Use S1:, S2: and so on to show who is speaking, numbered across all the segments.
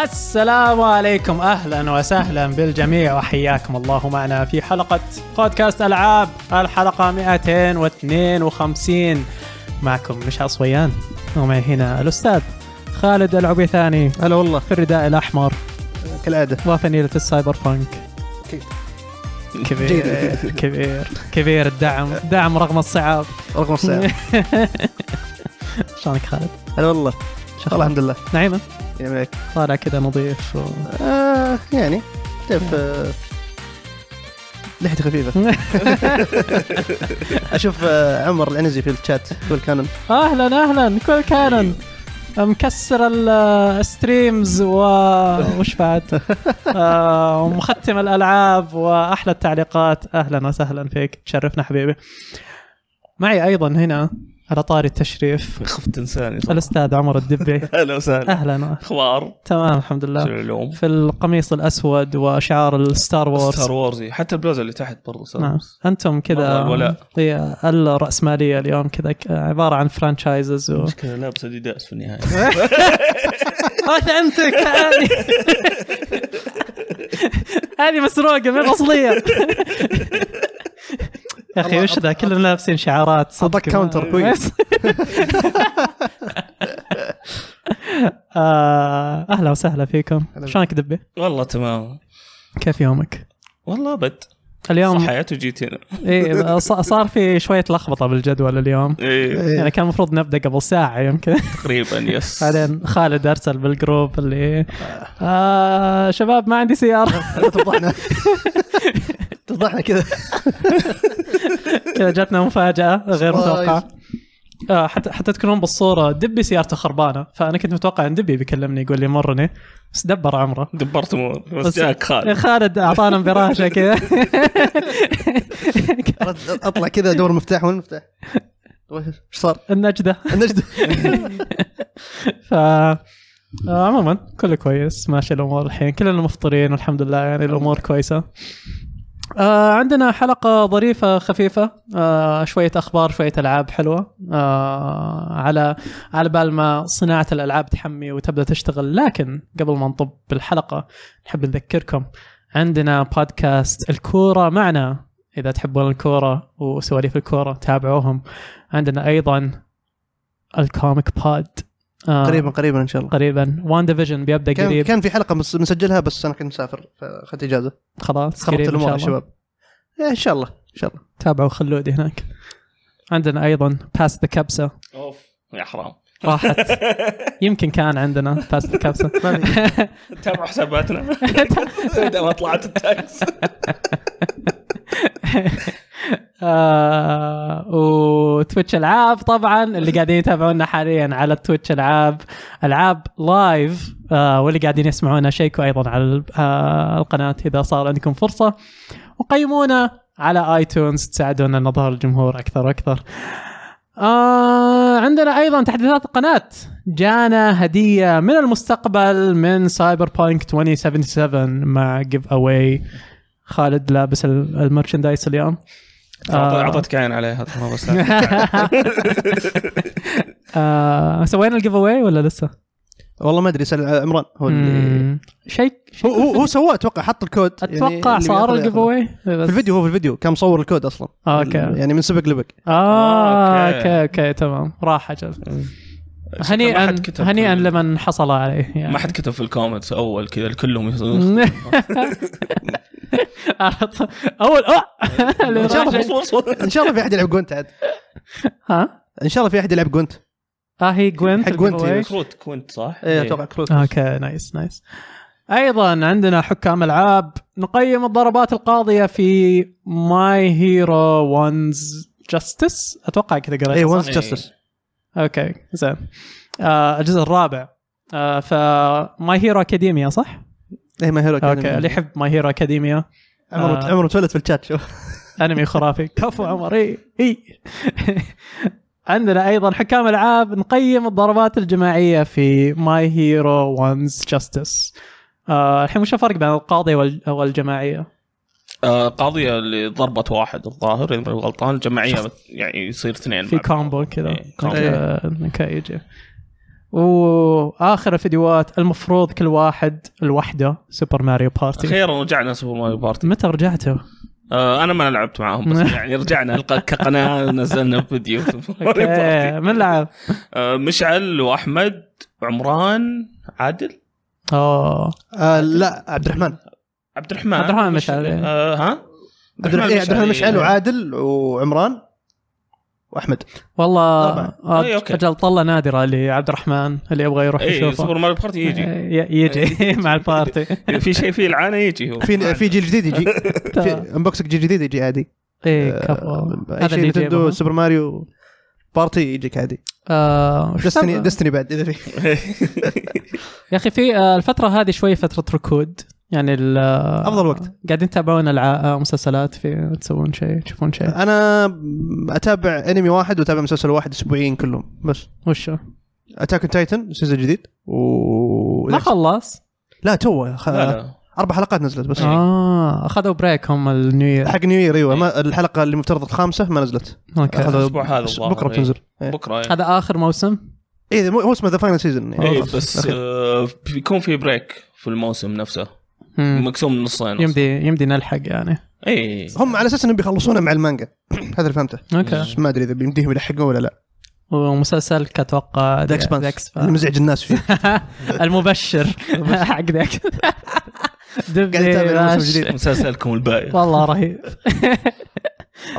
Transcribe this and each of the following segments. S1: السلام عليكم اهلا وسهلا بالجميع وحياكم الله معنا في حلقه بودكاست العاب الحلقه 252 معكم مش عصويان ومعي هنا الاستاذ خالد العبيثاني
S2: هلا والله
S1: في الرداء الاحمر
S2: كالعاده
S1: وفنيله السايبر فانك
S2: أكيد.
S1: كبير كبير كبير الدعم دعم رغم الصعاب
S2: رقم الساعه
S1: شلونك خالد؟
S2: هلا والله والله الحمد لله
S1: نعيمه
S2: يعني عليك
S1: طالع كذا نظيف و...
S2: آه يعني كيف آه لحيتي خفيفه اشوف آه عمر العنزي في الشات يقول كان
S1: اهلا اهلا كل كانون مكسر ال- الستريمز و وش بعد آه، ومختم الالعاب واحلى التعليقات اهلا وسهلا فيك تشرفنا حبيبي معي ايضا هنا على طاري التشريف
S3: خفت تنساني صراحة.
S1: الاستاذ عمر الدبي
S3: اهلا وسهلا
S1: اهلا
S3: اخبار
S1: تمام الحمد
S3: شو
S1: لله
S3: العلوم
S1: في القميص الاسود وشعار الستار
S3: ستار
S1: وورز
S3: وورز إيه. حتى البلوزه اللي تحت برضه ستار
S1: نعم
S3: وورز
S1: انتم كذا
S3: والله الولاء.
S1: هي الراسماليه اليوم كذا ك- عباره عن فرانشايزز و...
S3: مشكلة لابسه ديداس في النهايه
S1: اه فهمتك هذه هذه مسروقه من الاصليه يا اخي وش ذا كلنا لابسين شعارات صدق ما-
S2: أعطاك counter كويس.
S1: آه، اهلا وسهلا فيكم
S2: هلا.
S1: شلونك دبي؟
S3: والله تمام
S1: كيف يومك؟
S3: والله ابد
S1: اليوم
S3: صحيت وجيت هنا
S1: إيه ص- صار في شويه لخبطه بالجدول اليوم
S3: إيه،
S1: يعني كان المفروض نبدا قبل ساعه يمكن
S3: تقريبا يس
S1: بعدين خالد ارسل بالجروب اللي آه شباب ما عندي سياره
S2: لا تفضحنا تفضحنا كذا
S1: كذا جاتنا مفاجاه غير متوقعه آه حتى حتى تكونون بالصوره دبي سيارته خربانه فانا كنت متوقع ان دبي بيكلمني يقول لي مرني بس دبر عمره
S3: دبرت امور
S1: بس-
S3: بس جاك خالد
S1: خالد اعطانا انفراشه كذا
S2: أرد- اطلع كذا ادور مفتاح وين المفتاح؟ ايش صار؟
S1: النجده
S2: النجد
S1: ف آه، عموما كله كويس ماشي الامور الحين كلنا مفطرين والحمد لله يعني الامور كويسه آه عندنا حلقة ظريفة خفيفة آه شوية أخبار شوية ألعاب حلوة آه على على بال ما صناعة الألعاب تحمي وتبدأ تشتغل لكن قبل ما نطب بالحلقة نحب نذكركم عندنا بودكاست الكورة معنا إذا تحبون الكورة وسواليف الكورة تابعوهم عندنا أيضا الكوميك بود آه
S2: قريبا قريبا ان شاء الله
S1: قريبا وان ديفيجن بيبدا
S2: كان
S1: قريب
S2: كان في حلقه مس- مسجلها بس انا كنت مسافر فاخذت اجازه
S1: خلاص قريب
S2: خربت
S1: ان شاء
S2: الامور يا
S1: الله
S2: شباب إيه، ان شاء الله ان شاء الله
S1: تابعوا خلودي هناك عندنا ايضا باس ذا كبسه
S3: اوف يا حرام
S1: راحت يمكن كان عندنا باس ذا كبسه
S3: تابعوا حساباتنا إذا ما طلعت التاكس
S1: آه وتويتش العاب طبعا اللي قاعدين يتابعونا حاليا على تويتش العاب العاب لايف آه واللي قاعدين يسمعونا شيكوا ايضا على ال- آه القناه اذا صار عندكم فرصه وقيمونا على ايتونز تساعدونا ان نظهر الجمهور اكثر واكثر آه عندنا ايضا تحديثات القناه جانا هديه من المستقبل من سايبر بانك 2077 مع جيف اواي خالد لابس ال- المرشندايز اليوم آه.
S3: اعطتك عين عليها ترى بس
S1: آه، سوينا الجيف اواي ولا لسه؟
S2: والله ما ادري سال عمران هو اللي
S1: مم، شيء
S2: هو هو, هو سواه اتوقع حط الكود يعني
S1: اتوقع
S2: اللي
S1: صار
S2: بياخذه
S1: الجيف
S2: ياخذه.
S1: اواي
S2: في الفيديو هو في الفيديو كان مصور الكود اصلا
S1: اوكي
S2: يعني من سبق لبق
S1: آه،
S3: أوكي.
S1: اوكي اوكي تمام راح اجل
S3: ما
S1: هنيئا
S3: حد كتب في-
S1: هنيئا لمن حصل عليه يعني.
S3: ما حد كتب في الكومنتس اول كذا كلهم
S1: اول أوه! اللي
S2: إن شاء الله
S1: راح-
S2: في- ان شاء الله في احد يلعب جونت عاد
S1: ها
S2: ان شاء الله في احد يلعب جونت
S1: اه هي جوينت
S2: حق جوينت
S1: الجيف أواي.
S3: كروت كنت صح؟
S1: إيه،
S3: إيه.
S2: ايه اتوقع كروت
S1: اوكي نايس نايس ايضا عندنا حكام العاب نقيم الضربات القاضيه في ماي هيرو وانز جاستس اتوقع كذا قريت
S2: اي
S1: صح؟
S2: وانس
S3: إيه.
S2: جاستس
S1: اوكي زين آه الجزء الرابع آه ف ماي هيرو اكاديميا صح؟
S2: اي إيه، ما هيرو
S1: اوكي اللي يحب ماي هيرو اكاديميا
S2: عمره
S1: آه.
S2: عمره تولد في الشات شو
S1: انمي خرافي كفو عمر اي اي عندنا ايضا حكام العاب نقيم الضربات الجماعيه في ماي هيرو وانز جاستس آه، الحين وش الفرق بين القاضي وال- والجماعيه؟
S3: آه، قاضية اللي ضربت واحد الظاهر اذا ماني غلطان الجماعية بت- يعني يصير اثنين
S1: في
S3: مع بعض.
S1: كومبو كذا
S3: إيه، كومبو.
S1: آه، اوكي يجي واخر الفيديوهات المفروض كل واحد الوحده سوبر ماريو بارتي
S3: اخيرا رجعنا سوبر ماريو بارتي
S1: متى رجعته؟
S3: آه انا ما لعبت معاهم بس يعني رجعنا الق- كقناه نزلنا فيديو سوبر ماريو بارتي.
S1: إيه، من لعب؟
S3: آه مشعل واحمد عمران عادل
S1: اوه
S2: آه لا عبد الرحمن
S3: عبد الرحمن
S1: عبد الرحمن مشعل، إيه.
S3: آه ها
S2: عبد الرحمن إيه، عبد الرحمن مشعل وعادل وعمران واحمد
S1: والله
S2: طبعاً.
S1: آه،
S3: إيه، أوكي. إيه،
S1: اجل طله نادره لعبد الرحمن اللي يبغى يروح
S3: اي
S1: يشوفه
S3: سوبر ماريو بارتي يجي
S1: آه، ي- يجي مع البارتي
S3: في شيء فيه العانه يجي هو
S2: إيه. في في جيل جديد يجي في انبوكسنج جيل جديد يجي عادي
S1: ايه
S2: آه،
S1: كفو
S2: اي
S1: هذا
S2: شيء
S1: اللي
S2: نتندو
S1: يجيبه
S2: سوبر ماريو بارتي يجيك عادي
S1: آه، وش
S2: دستني
S1: سبب؟
S2: دستني بعد اذا في
S1: يا اخي في آه، الفتره هذه شوي فتره ركود يعني ال- آه،
S2: افضل وقت
S1: قاعدين تتابعون الع- آه، مسلسلات في تسوون شيء تشوفون شيء
S2: انا اتابع انمي واحد واتابع مسلسل واحد اسبوعيا كلهم بس
S1: وشو
S2: اتاك اون تايتن سيزون جديد و
S1: ما خلص
S2: لا تو خ...
S3: لا لا
S2: اربع حلقات نزلت بس
S1: اه اخذوا بريك هم النيو يير
S2: حق نيو يير ايوه ما- الحلقه اللي مفترض الخامسه ما نزلت
S1: اوكي
S2: أخذوا
S3: إيه. الأسبوع هذا الظاهر،
S2: بكره
S3: إيه.
S2: بتنزل إيه.
S3: بكره يعني.
S1: هذا اخر موسم
S2: ايه مو- موسم ذا فاينل سيزون
S3: ايه بس آه، بيكون في بريك في الموسم نفسه
S1: مم.
S3: مقسوم نصين
S1: يمدي يمدي نلحق يعني
S3: اي
S2: هم على اساس انهم بيخلصونه مع المانجا هذا اللي فهمته
S1: اوكي
S2: بس ما ادري اذا بيمديهم يلحقون ولا لا
S1: ومسلسلك اتوقع
S2: ذا
S1: The
S2: اكسبانس
S3: آه.
S1: Expanse.
S2: اللي مزعج الناس فيه
S1: المبشر حق ذاك
S2: قاعد يتابع الموسم
S1: دبي
S2: الجديد.
S3: مسلسلكم الباقي
S1: والله رهيب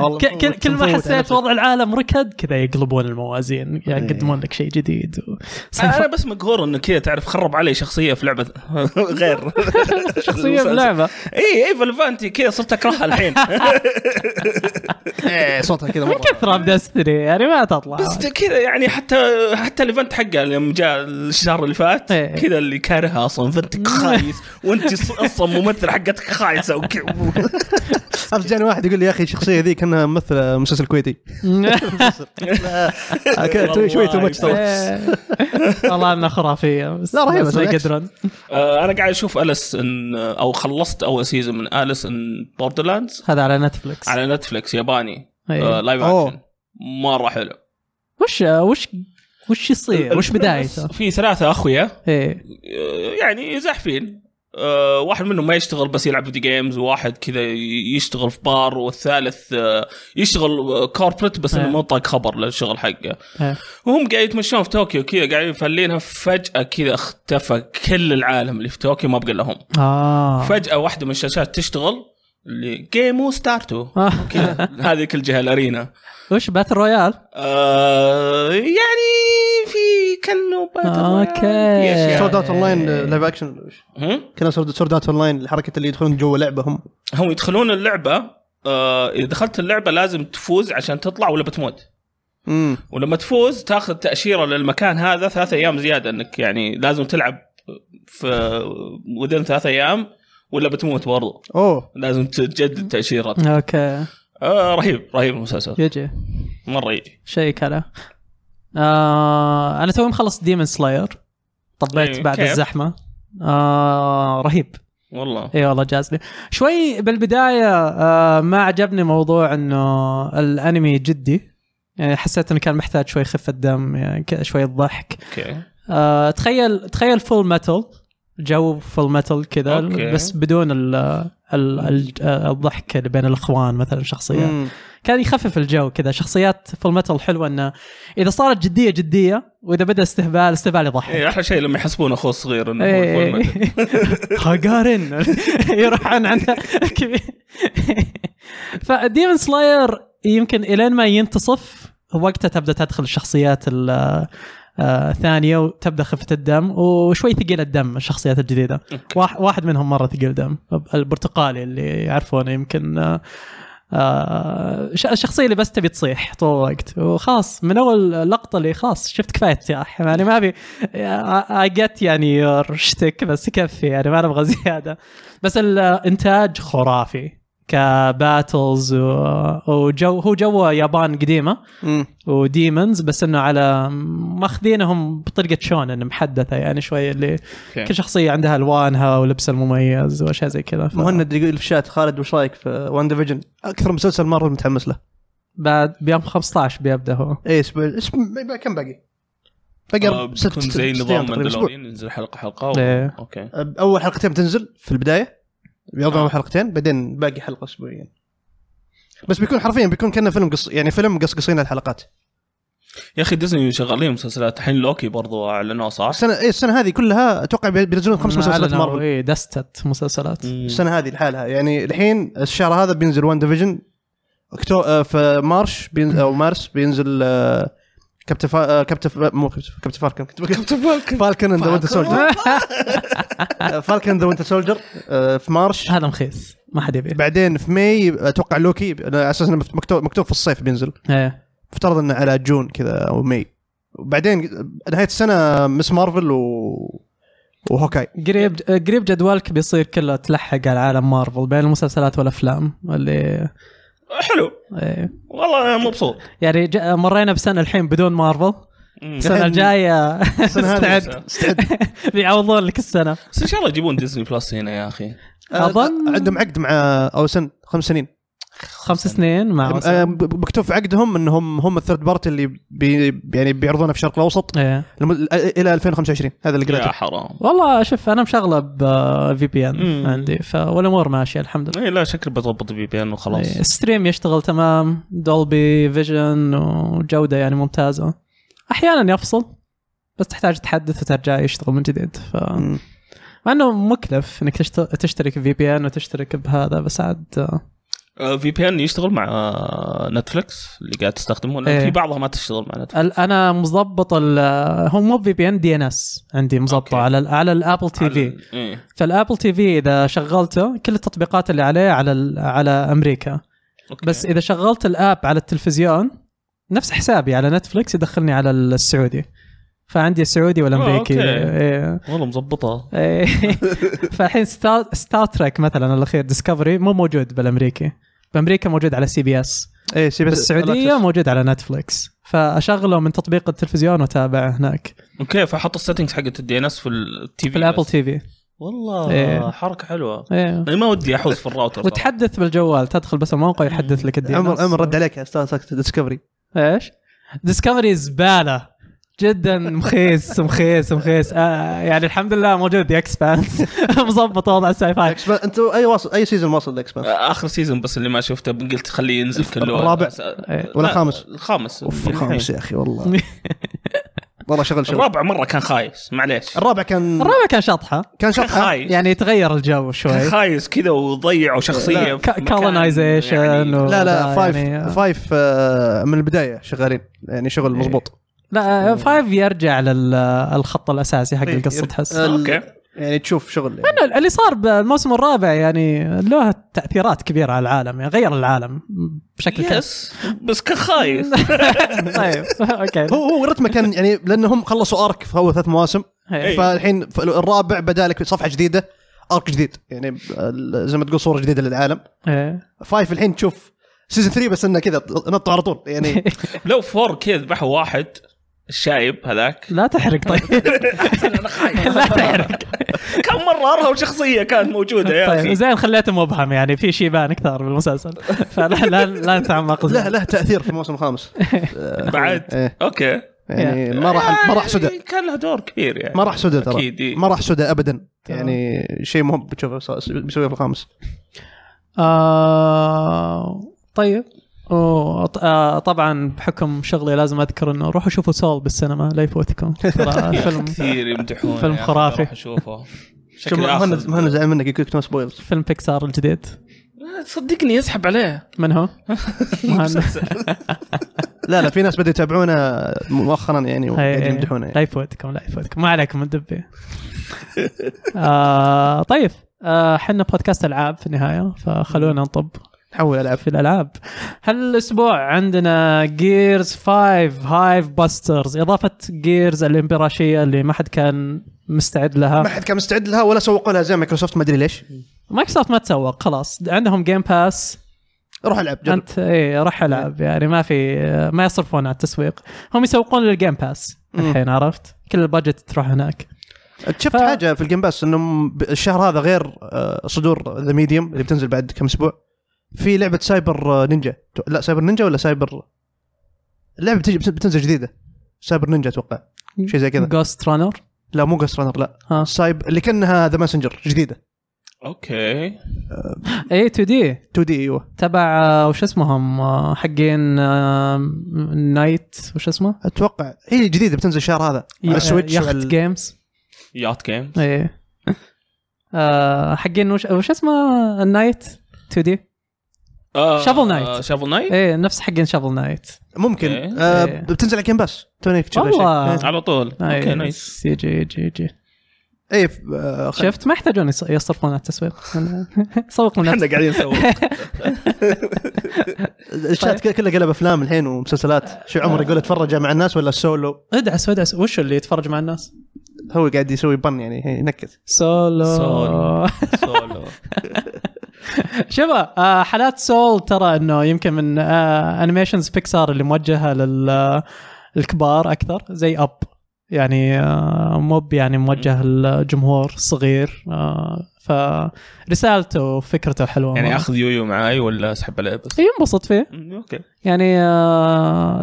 S2: والله
S1: ك- كل- كل ما
S2: مفوت على
S1: حسيت
S2: نفسك.
S1: وضع العالم ركد كذا يقلبون الموازين يعني
S2: إيه.
S1: يقدمون لك شيء جديد و...
S3: انا بس مقهور انه كذا تعرف خرب علي شخصيه في لعبه غير
S1: شخصية بلعبة
S3: اي اي فالفانتي كذا صرت اكرهها الحين
S2: إيه، صوتها كذا
S1: من
S2: مرة.
S1: كثرة بدستني يعني ما تطلع
S3: بس كذا يعني حتى حتى الايفنت حقه لما جاء الشهر اللي فات
S1: إيه.
S3: كذا اللي كارهها اصلا فانتك خايس وانت ص- اصلا ممثل حقتك خايسه وك-
S2: امس جاني واحد يقول لي يا اخي الشخصيه ذي كانها ممثله مسلسل كويتي آه، كذا شوي- شوي تو
S3: والله
S2: ماتش
S1: إيه. والله انها خرافية بس
S2: لا، رهيبة،
S1: بس ما
S2: بالعكس.
S1: يقدرون
S3: آه، انا قاعد اشوف اليس ان او خلصت اول سيزون من اليس ان بوردرلاندز
S1: هذا على نتفلكس
S3: على نتفلكس ياباني
S1: إيه.
S3: آه، لايف
S2: أوه.
S3: اكشن مره حلو
S1: وش وش وش يصير إيه، وش بدايته
S3: في ثلاثه اخويا
S1: ايه
S3: يعني زحفين آه، واحد منهم ما يشتغل بس يلعب فيديو جيمز وواحد كذا ي- يشتغل في بار والثالث آه، يشتغل كوربريت بس انه
S1: إيه.
S3: مو طاق خبر للشغل حقه
S1: إيه.
S3: وهم قاعد يتمشون في طوكيو كذا قاعدين يفلينها فجاه كذا اختفى كل العالم اللي في طوكيو ما بقى لهم
S1: اه
S3: فجاه واحده من الشاشات تشتغل اللي جيمو ستارتو
S1: آه.
S3: كذا هذيك الجهه الارينا
S1: وش باتل رويال؟
S3: آه يعني في كانه باتل رويال، في
S1: آه، أوكي.
S3: أشياء.
S2: سورد اوت اون لاين لايف اكشن
S3: هم؟
S2: كنا سورد اوت اون لاين الحركه اللي يدخلون جوا لعبه هم
S3: هم يدخلون اللعبه آه، اذا دخلت اللعبه لازم تفوز عشان تطلع ولا بتموت
S2: امم
S3: ولما تفوز تاخذ تاشيره للمكان هذا ثلاثة ايام زياده انك يعني لازم تلعب في ودن ثلاثة ايام ولا بتموت برضه
S2: اوه
S3: لازم تجدد تاشيرتك
S1: اوكي
S3: آه رهيب رهيب المسلسل
S1: يجي
S3: مره يجي
S1: شيك على آه انا توي مخلص ديمن سلاير طبيت
S3: إيه،
S1: بعد
S3: كيف؟
S1: الزحمه آه رهيب
S3: والله
S2: إيه.
S1: اي والله جاز لي شوي بالبدايه آه ما عجبني موضوع انه الانمي جدي يعني حسيت انه كان محتاج شوي خفه دم يعني ك- شوي ضحك
S3: اوكي
S1: آه تخيل تخيل فول ميتال جو فول ميتال كذا
S3: أوكي.
S1: بس بدون ال ال ال الضحك اللي بين الاخوان مثلا شخصيات
S2: مم.
S1: كان يخفف الجو كذا شخصيات فول ميتال حلوه انه اذا صارت جديه جديه واذا بدا استهبال استهبال يضحك
S3: إيه احلى شيء لما يحسبون اخوه الصغير انه هو الفول
S1: إيه.
S3: ميتال.
S1: هاجارين يروح عن عن الكبير فديمن سلاير يمكن الين ما ينتصف وقتها تبدا تدخل الشخصيات ال- آه، الثانيه وتبدا خفه الدم وشوي ثقيل الدم الشخصيات الجديده
S2: إيه.
S1: واح- واحد منهم مره ثقيل دم البرتقالي اللي يعرفونه يمكن آه، آه، ش- الشخصيه اللي بس تبي تصيح طول الوقت وخلاص من اول لقطه اللي خلاص شفت كفايه صياح يعني ما ابي اجت يعني رشتك بس يكفي يعني ما نبغى زياده بس الانتاج خرافي كباتلز و- وجو هو جو يابان قديمه
S2: مم.
S1: وديمونز بس انه على ماخذينهم بطريقه شونن محدثه يعني شوي اللي
S3: أوكي.
S1: كل شخصيه عندها الوانها ولبسها المميز واشياء زي كذا ف-
S2: مهند يقول في الشات خالد وش رايك في وان ديفيجن؟ اكثر مسلسل مره متحمس له إيه،
S1: بعد بيوم 15 بيبدا هو
S2: اي اسبوع اسبوع- كم باقي؟ فقر ست
S3: آه، بيكون زي
S2: ست
S3: نظام
S2: أيام تقريباً، أسبوع.
S3: ماندلورين ينزل حلقه حلقه و...
S1: إيه.
S3: اوكي
S2: اول حلقتين بتنزل في البدايه بيعرضون
S3: آه.
S2: اول حلقتين بعدين باقي حلقه اسبوعيا بس بيكون حرفيا بيكون كانه فيلم قص يعني فيلم قصقصين الحلقات
S3: يا اخي ديزني شغالين مسلسلات الحين لوكي برضو اعلنوه صح؟
S2: السنه اي السنه إيه، هذه كلها اتوقع بي- بينزلون خمس مسلسلات مارفل
S1: اي إيه، دستت مسلسلات
S3: مم.
S2: السنه هذه لحالها يعني الحين الشهر هذا بينزل وان ديفيجن أكتو... آه، في مارش بين... او مارس بينزل آه، كابتن فا... آه، كابتن فا- مو كابتن كابتن فالكن كابتن فالكن فالكن ذا وينتر سولجر آه، فالكن ذا وينتر سولجر آه، في مارش
S1: هذا مخيس ما حد يبي
S2: بعدين في ماي اتوقع لوكي على اساس انه مكتوب مكتوب في الصيف بينزل
S1: ايه
S2: افترض انه على جون كذا او ماي وبعدين نهايه السنه مس مارفل و وهوكاي
S1: قريب قريب جدولك بيصير كله تلحق على عالم مارفل بين المسلسلات والافلام اللي
S3: حلو
S1: إيه.
S3: والله انا مبسوط
S1: يعني جا- مرينا بسنه الحين بدون مارفل
S3: مم.
S1: السنه
S2: الحين-
S1: الجايه
S2: السنه هذه
S1: استعد
S2: استعد
S1: بيعوضون لك السنه
S3: بس ان شاء الله يجيبون ديزني بلس هنا يا اخي
S1: أظن-
S2: أظن... آه، عندهم عقد مع اوسن خمس سنين
S1: خمس سنين مع
S2: آه، مكتوب في عقدهم انهم هم الثيرد بارتي اللي بي يعني بيعرضونه في الشرق الاوسط
S1: ايه
S2: لم- الى 2025 هذا اللي
S3: يا
S2: قريته
S3: حرام
S1: والله شوف انا مشغله بفي بي ان
S3: مم.
S1: عندي فالامور ماشيه الحمد لله
S3: اي إيه، لا شكلي بضبط في بي ان وخلاص
S1: إيه، ستريم يشتغل تمام دولبي فيجن وجوده يعني ممتازه احيانا يفصل بس تحتاج تحدث وترجع يشتغل من جديد ف
S2: مم.
S1: مع انه مكلف انك تشت- تشترك في بي ان وتشترك بهذا بس عاد آه،
S3: في بي ان يشتغل مع آه، نتفلكس اللي قاعد تستخدمه لان
S1: إيه.
S3: في بعضها ما تشتغل مع نتفلكس
S1: ال- انا مظبط ال- هو مو في بي ان دي ان اس عندي مظبطه
S3: أوكي.
S1: على ال- على الابل تي في
S3: على- إيه.
S1: فالابل تي في اذا شغلته كل التطبيقات اللي عليه على ال- على امريكا
S3: أوكي.
S1: بس اذا شغلت الاب على التلفزيون نفس حسابي على نتفلكس يدخلني على السعودي فعندي السعودي والامريكي
S3: آه، أوكي.
S1: إيه.
S3: والله مظبطه
S1: إيه. فالحين ستار, ستار تريك مثلا الاخير ديسكفري مو موجود بالامريكي بامريكا موجود على سي بي اس
S2: ايه سي بي
S1: بس
S2: اس
S1: السعوديه موجود على نتفلكس فاشغله من تطبيق التلفزيون واتابعه هناك
S3: اوكي فحط السيتنجز حقت الدي ان اس في التي في
S1: في الابل تي في
S3: والله
S1: إيه.
S3: حركه حلوه
S1: إيه.
S3: انا ما ودي احوس في الراوتر صراحة.
S1: وتحدث بالجوال تدخل بس الموقع يحدث لك الدي
S2: عمر عمر رد عليك يا استاذ سكت ديسكفري
S1: ايش؟ ديسكفري زباله جدا مخيس مخيس مخيس آه يعني الحمد لله موجود ذا اكسبانس مظبط وضع الساي فاي
S2: انت اي واصل اي سيزون واصل الاكسبانس
S3: اخر سيزون آه، بس اللي ما شفته قلت خليه ينزل كله
S2: الرابع؟
S3: أس-
S1: إيه.
S2: ولا
S3: لا،
S2: الخامس؟
S3: الخامس يعني
S2: اوف الخامس يا اخي والله والله شغل شغل
S3: الرابع مره كان خايس معليش
S2: الرابع كان
S1: الرابع كان شطحه
S2: كان
S3: كان
S2: شطحه
S3: خايس
S1: يعني تغير الجو شوي
S3: كان خايس كذا وضيعوا شخصيه في مكان
S1: colonization
S3: يعني-
S1: و-
S2: لا لا
S1: والله
S2: فايف
S1: يعني-
S2: فايف آه، من البدايه شغالين يعني شغل مضبوط
S1: لا آه، فايف يرجع للخط الاساسي حق
S2: إيه،
S1: القصه
S2: ير-
S1: تحس
S2: آه،
S3: اوكي
S2: يعني تشوف شغل يعني.
S1: إنه اللي صار بالموسم الرابع يعني له تاثيرات كبيره على العالم يعني غير العالم بشكل كبير
S3: يس بس كان خايس
S1: طيب اوكي
S2: هو هو رتمه كان يعني لانهم خلصوا ارك في اول ثلاث مواسم
S1: إيه.
S2: فالحين ف- الرابع بدا لك صفحه جديده ارك جديد يعني آه، زي ما تقول صوره جديده للعالم
S1: إيه.
S2: فايف الحين تشوف سيزون 3 بس انه كذا نط على طول يعني
S3: لو فور كذا ذبحوا واحد الشايب هذاك
S1: لا تحرق طيب
S3: انا خايف
S1: لا تحرق
S3: كم مره ارهب شخصيه كانت موجوده يا
S1: طيب
S3: اخي
S1: زين خليته مبهم يعني في شيء بان اكثر بالمسلسل فلا لا لا نتعمق
S2: له
S1: زيادة.
S2: له تاثير في الموسم الخامس آه،
S3: بعد؟
S2: إيه،
S3: اوكي
S2: يعني ما راح ما راح سدى
S3: كان له دور كبير يعني
S2: ما راح سدى ترى
S3: اكيد إيه.
S2: ما راح سدى ابدا يعني شيء مهم بتشوفه ص- بيسويه في الخامس
S1: آه طيب أوه، ط- آه طبعا بحكم شغلي لازم اذكر انه روحوا شوفوا سول بالسينما لا يفوتكم ترى فيلم
S3: كثير يمدحون
S1: فيلم
S3: يا أخي،
S1: خرافي.
S3: راح اشوفه
S2: شوف
S3: شكلي
S2: مهند
S3: آخذ-
S2: مهند زعل منك يقول لك نو سبويلز
S1: فيلم بيكسار الجديد
S3: صدقني يسحب عليه
S1: من هو؟ مهند.
S2: لا لا في ناس بدوا يتابعونه مؤخرا يعني
S1: إيه، إيه.
S2: وقاعدين يمدحونه
S1: لا
S2: يعني.
S1: يفوتكم لا يفوتكم ما عليكم من دبي آه طيب آه، حنا بودكاست العاب في النهايه فخلونا نطب
S2: نحول العب
S1: في الالعاب هالاسبوع عندنا جيرز 5 هايف باسترز اضافه جيرز الامبراشيه اللي ما حد كان مستعد
S2: ما
S1: لها
S2: حد كان مستعد لها ولا سوقوا لها زي مايكروسوفت ما ادري ليش
S1: مايكروسوفت ما تسوق خلاص عندهم جيم باس
S2: روح العب جرب إيه.
S1: انت اي راح العب يعني ما في ما يصرفون على التسويق هم يسوقون للجيم باس
S2: مم.
S1: الحين عرفت كل البادجت تروح هناك
S2: شفت
S1: ف-
S2: حاجه في الجيم باس انه م- ب- الشهر هذا غير آه، صدور ذا ميديوم اللي بتنزل بعد كم اسبوع في لعبه سايبر آه، نينجا تو- لا سايبر نينجا ولا سايبر اللعبه بتجي بت- بتنزل جديده سايبر نينجا اتوقع شيء زي كذا
S1: جوست رانر
S2: لا مو جوست رانر لا
S1: ها
S2: سايب اللي كانها ذا ماسنجر جديده
S3: اوكي
S1: اي 2 دي
S2: 2 دي ايوه
S1: تبع آه، وش اسمهم آه، حقين آه، نايت وش اسمه؟
S2: اتوقع هي جديده بتنزل الشهر هذا على السويتش
S1: يخت
S2: وعلى-
S1: جيمز
S3: يات جيم
S1: اي ايه. آه، حقين وش, وش اسمه النايت 2 دي؟ Shovel Knight.
S3: شافل نايت
S1: ايه نفس حقين شافل نايت
S2: ممكن
S3: إيه.
S2: آه
S1: إيه.
S2: بتنزل على جيم باس توني كنت شايف
S1: والله.
S2: شيء.
S3: على طول
S2: آه،
S3: اوكي نعم. نايس
S1: آه،
S3: طيب.
S1: يجي يجي يجي
S2: إيه. ايه آه، خ-
S1: شفت ما يحتاجون يص- يصرفون على التسويق سوقوا
S3: احنا
S1: نفسك
S3: قاعدين نسوي
S2: الشات
S1: طيب.
S2: كله- كله قلب افلام الحين ومسلسلات شو
S1: آه.
S2: عمر يقول اتفرج مع الناس ولا سولو
S1: ادعس ادعس وش اللي يتفرج مع الناس؟
S2: هو قاعد يسوي بن يعني هي- ينكت
S1: سولو
S3: سولو. سولو
S1: شباب آه حالات سول ترى انه يمكن من آه انيميشنز بيكسار اللي موجهه لل آه، الكبار اكثر زي اب يعني آه موب يعني موجه للجمهور صغير آه فرسالته وفكرته حلوه
S3: يعني
S1: مرة.
S3: اخذ يويو معاي ولا اسحب عليه بس
S1: ينبسط فيه
S3: مم، اوكي
S1: يعني آه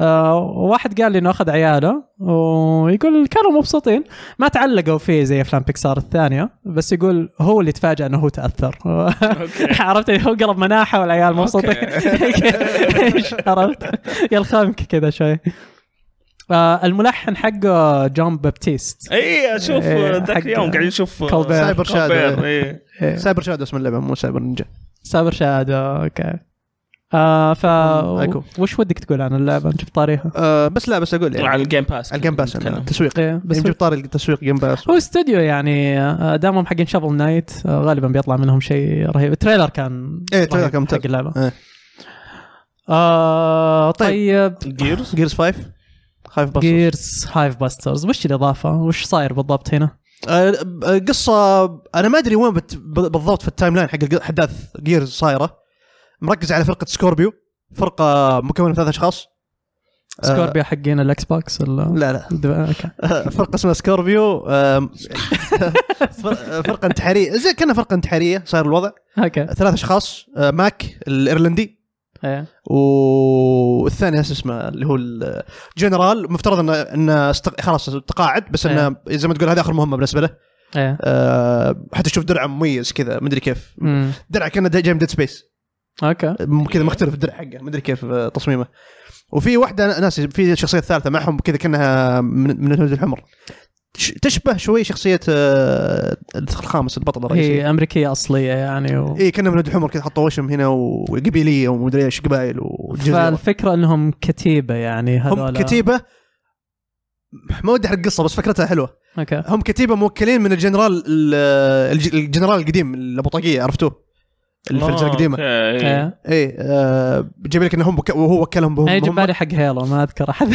S1: آه واحد قال لي انه اخذ عياله ويقول كانوا مبسوطين ما تعلقوا فيه زي افلام بيكسار الثانيه بس يقول هو اللي تفاجأ انه هو تاثر عرفت اللي هو قرب مناحه والعيال مبسوطين عرفت يلخمك كذا شوي آه الملحن حقه جون بابتيست
S3: اي اشوف
S1: إيه،
S3: ذاك
S1: حق-
S3: اليوم قاعدين نشوف آه،
S1: كولبير.
S2: سايبر شادو.
S3: شاد
S1: إيه.
S2: سايبر شادو اسم اللعبه مو سايبر نينجا
S1: سابر شادو اوكي آه ف
S2: أيكو.
S1: وش ودك تقول عن اللعبه نشوف طاريها
S2: آه بس لا بس اقول يعني
S3: على الجيم باس
S2: على الجيم باس أنا.
S3: نتكلم.
S2: تسويق
S1: إيه،
S2: بس
S1: بس
S2: يجيب طاري التسويق جيم باس
S1: هو استوديو يعني آه، دامهم حقين شابل نايت آه، غالبا بيطلع منهم شيء رهيب التريلر كان
S2: إيه، التريلر
S1: رهيب
S2: كان ممتاز.
S1: حق اللعبه
S2: إيه.
S1: آه طيب
S3: جيرز
S2: جيرز 5 5 باس
S1: جيرز هايف باسترز وش الاضافه وش صاير بالضبط هنا
S2: آه، آه، قصه انا ما ادري وين بت- ب- بالضبط في التايم لاين حق الق- احداث جيرز صايره مركز على فرقه سكوربيو فرقه مكونه من ثلاث اشخاص آه،
S1: سكوربيو حقين الاكس بوكس ولا
S2: لا لا
S1: الدب- أوكي.
S2: آه، فرقه اسمها أه، سكوربيو آم، فر- فرقه انتحاريه زي كانها فرقه انتحاريه صاير الوضع
S1: اوكي
S2: ثلاث اشخاص آه، ماك الايرلندي
S1: إيه.
S2: والثاني هسه اسمه اللي هو الجنرال مفترض انه انه استق... خلاص تقاعد بس انه زي ما تقول هذا اخر مهمه بالنسبه له
S1: ايه
S2: أه حتى تشوف درع مميز كذا مدري كيف
S1: أمم.
S2: درع كانه جاي من ديد سبيس
S1: اوكي
S2: كذا مختلف الدرع حقه مدري كيف آه، تصميمه وفي واحده أنا- ناس في شخصيه ثالثه معهم كذا كانها من من الهنود الحمر ش- تشبه شوي شخصيه آه، الخامس البطل الرئيسي
S1: هي امريكيه اصليه يعني و...
S2: اي كنا إيه، من الهنود الحمر كذا حطوا وشم هنا وقبيليه ومدري ايش قبائل وجزيره
S1: فالفكره انهم كتيبه يعني هذول
S2: هم كتيبه ما ودي احرق القصه بس فكرتها حلوه
S1: اوكي
S2: هم كتيبه موكلين من الجنرال ال- الج- الجنرال القديم ابو طاقيه عرفتوه اللي في
S3: آه،
S2: الجزيره القديمه
S3: القديمه
S1: ايه
S2: اي آه جايب لك انهم وك- وهو وكلهم بهم
S1: انا يجي
S2: هم- إيه،
S1: بالي حق هيلو ما اذكر احد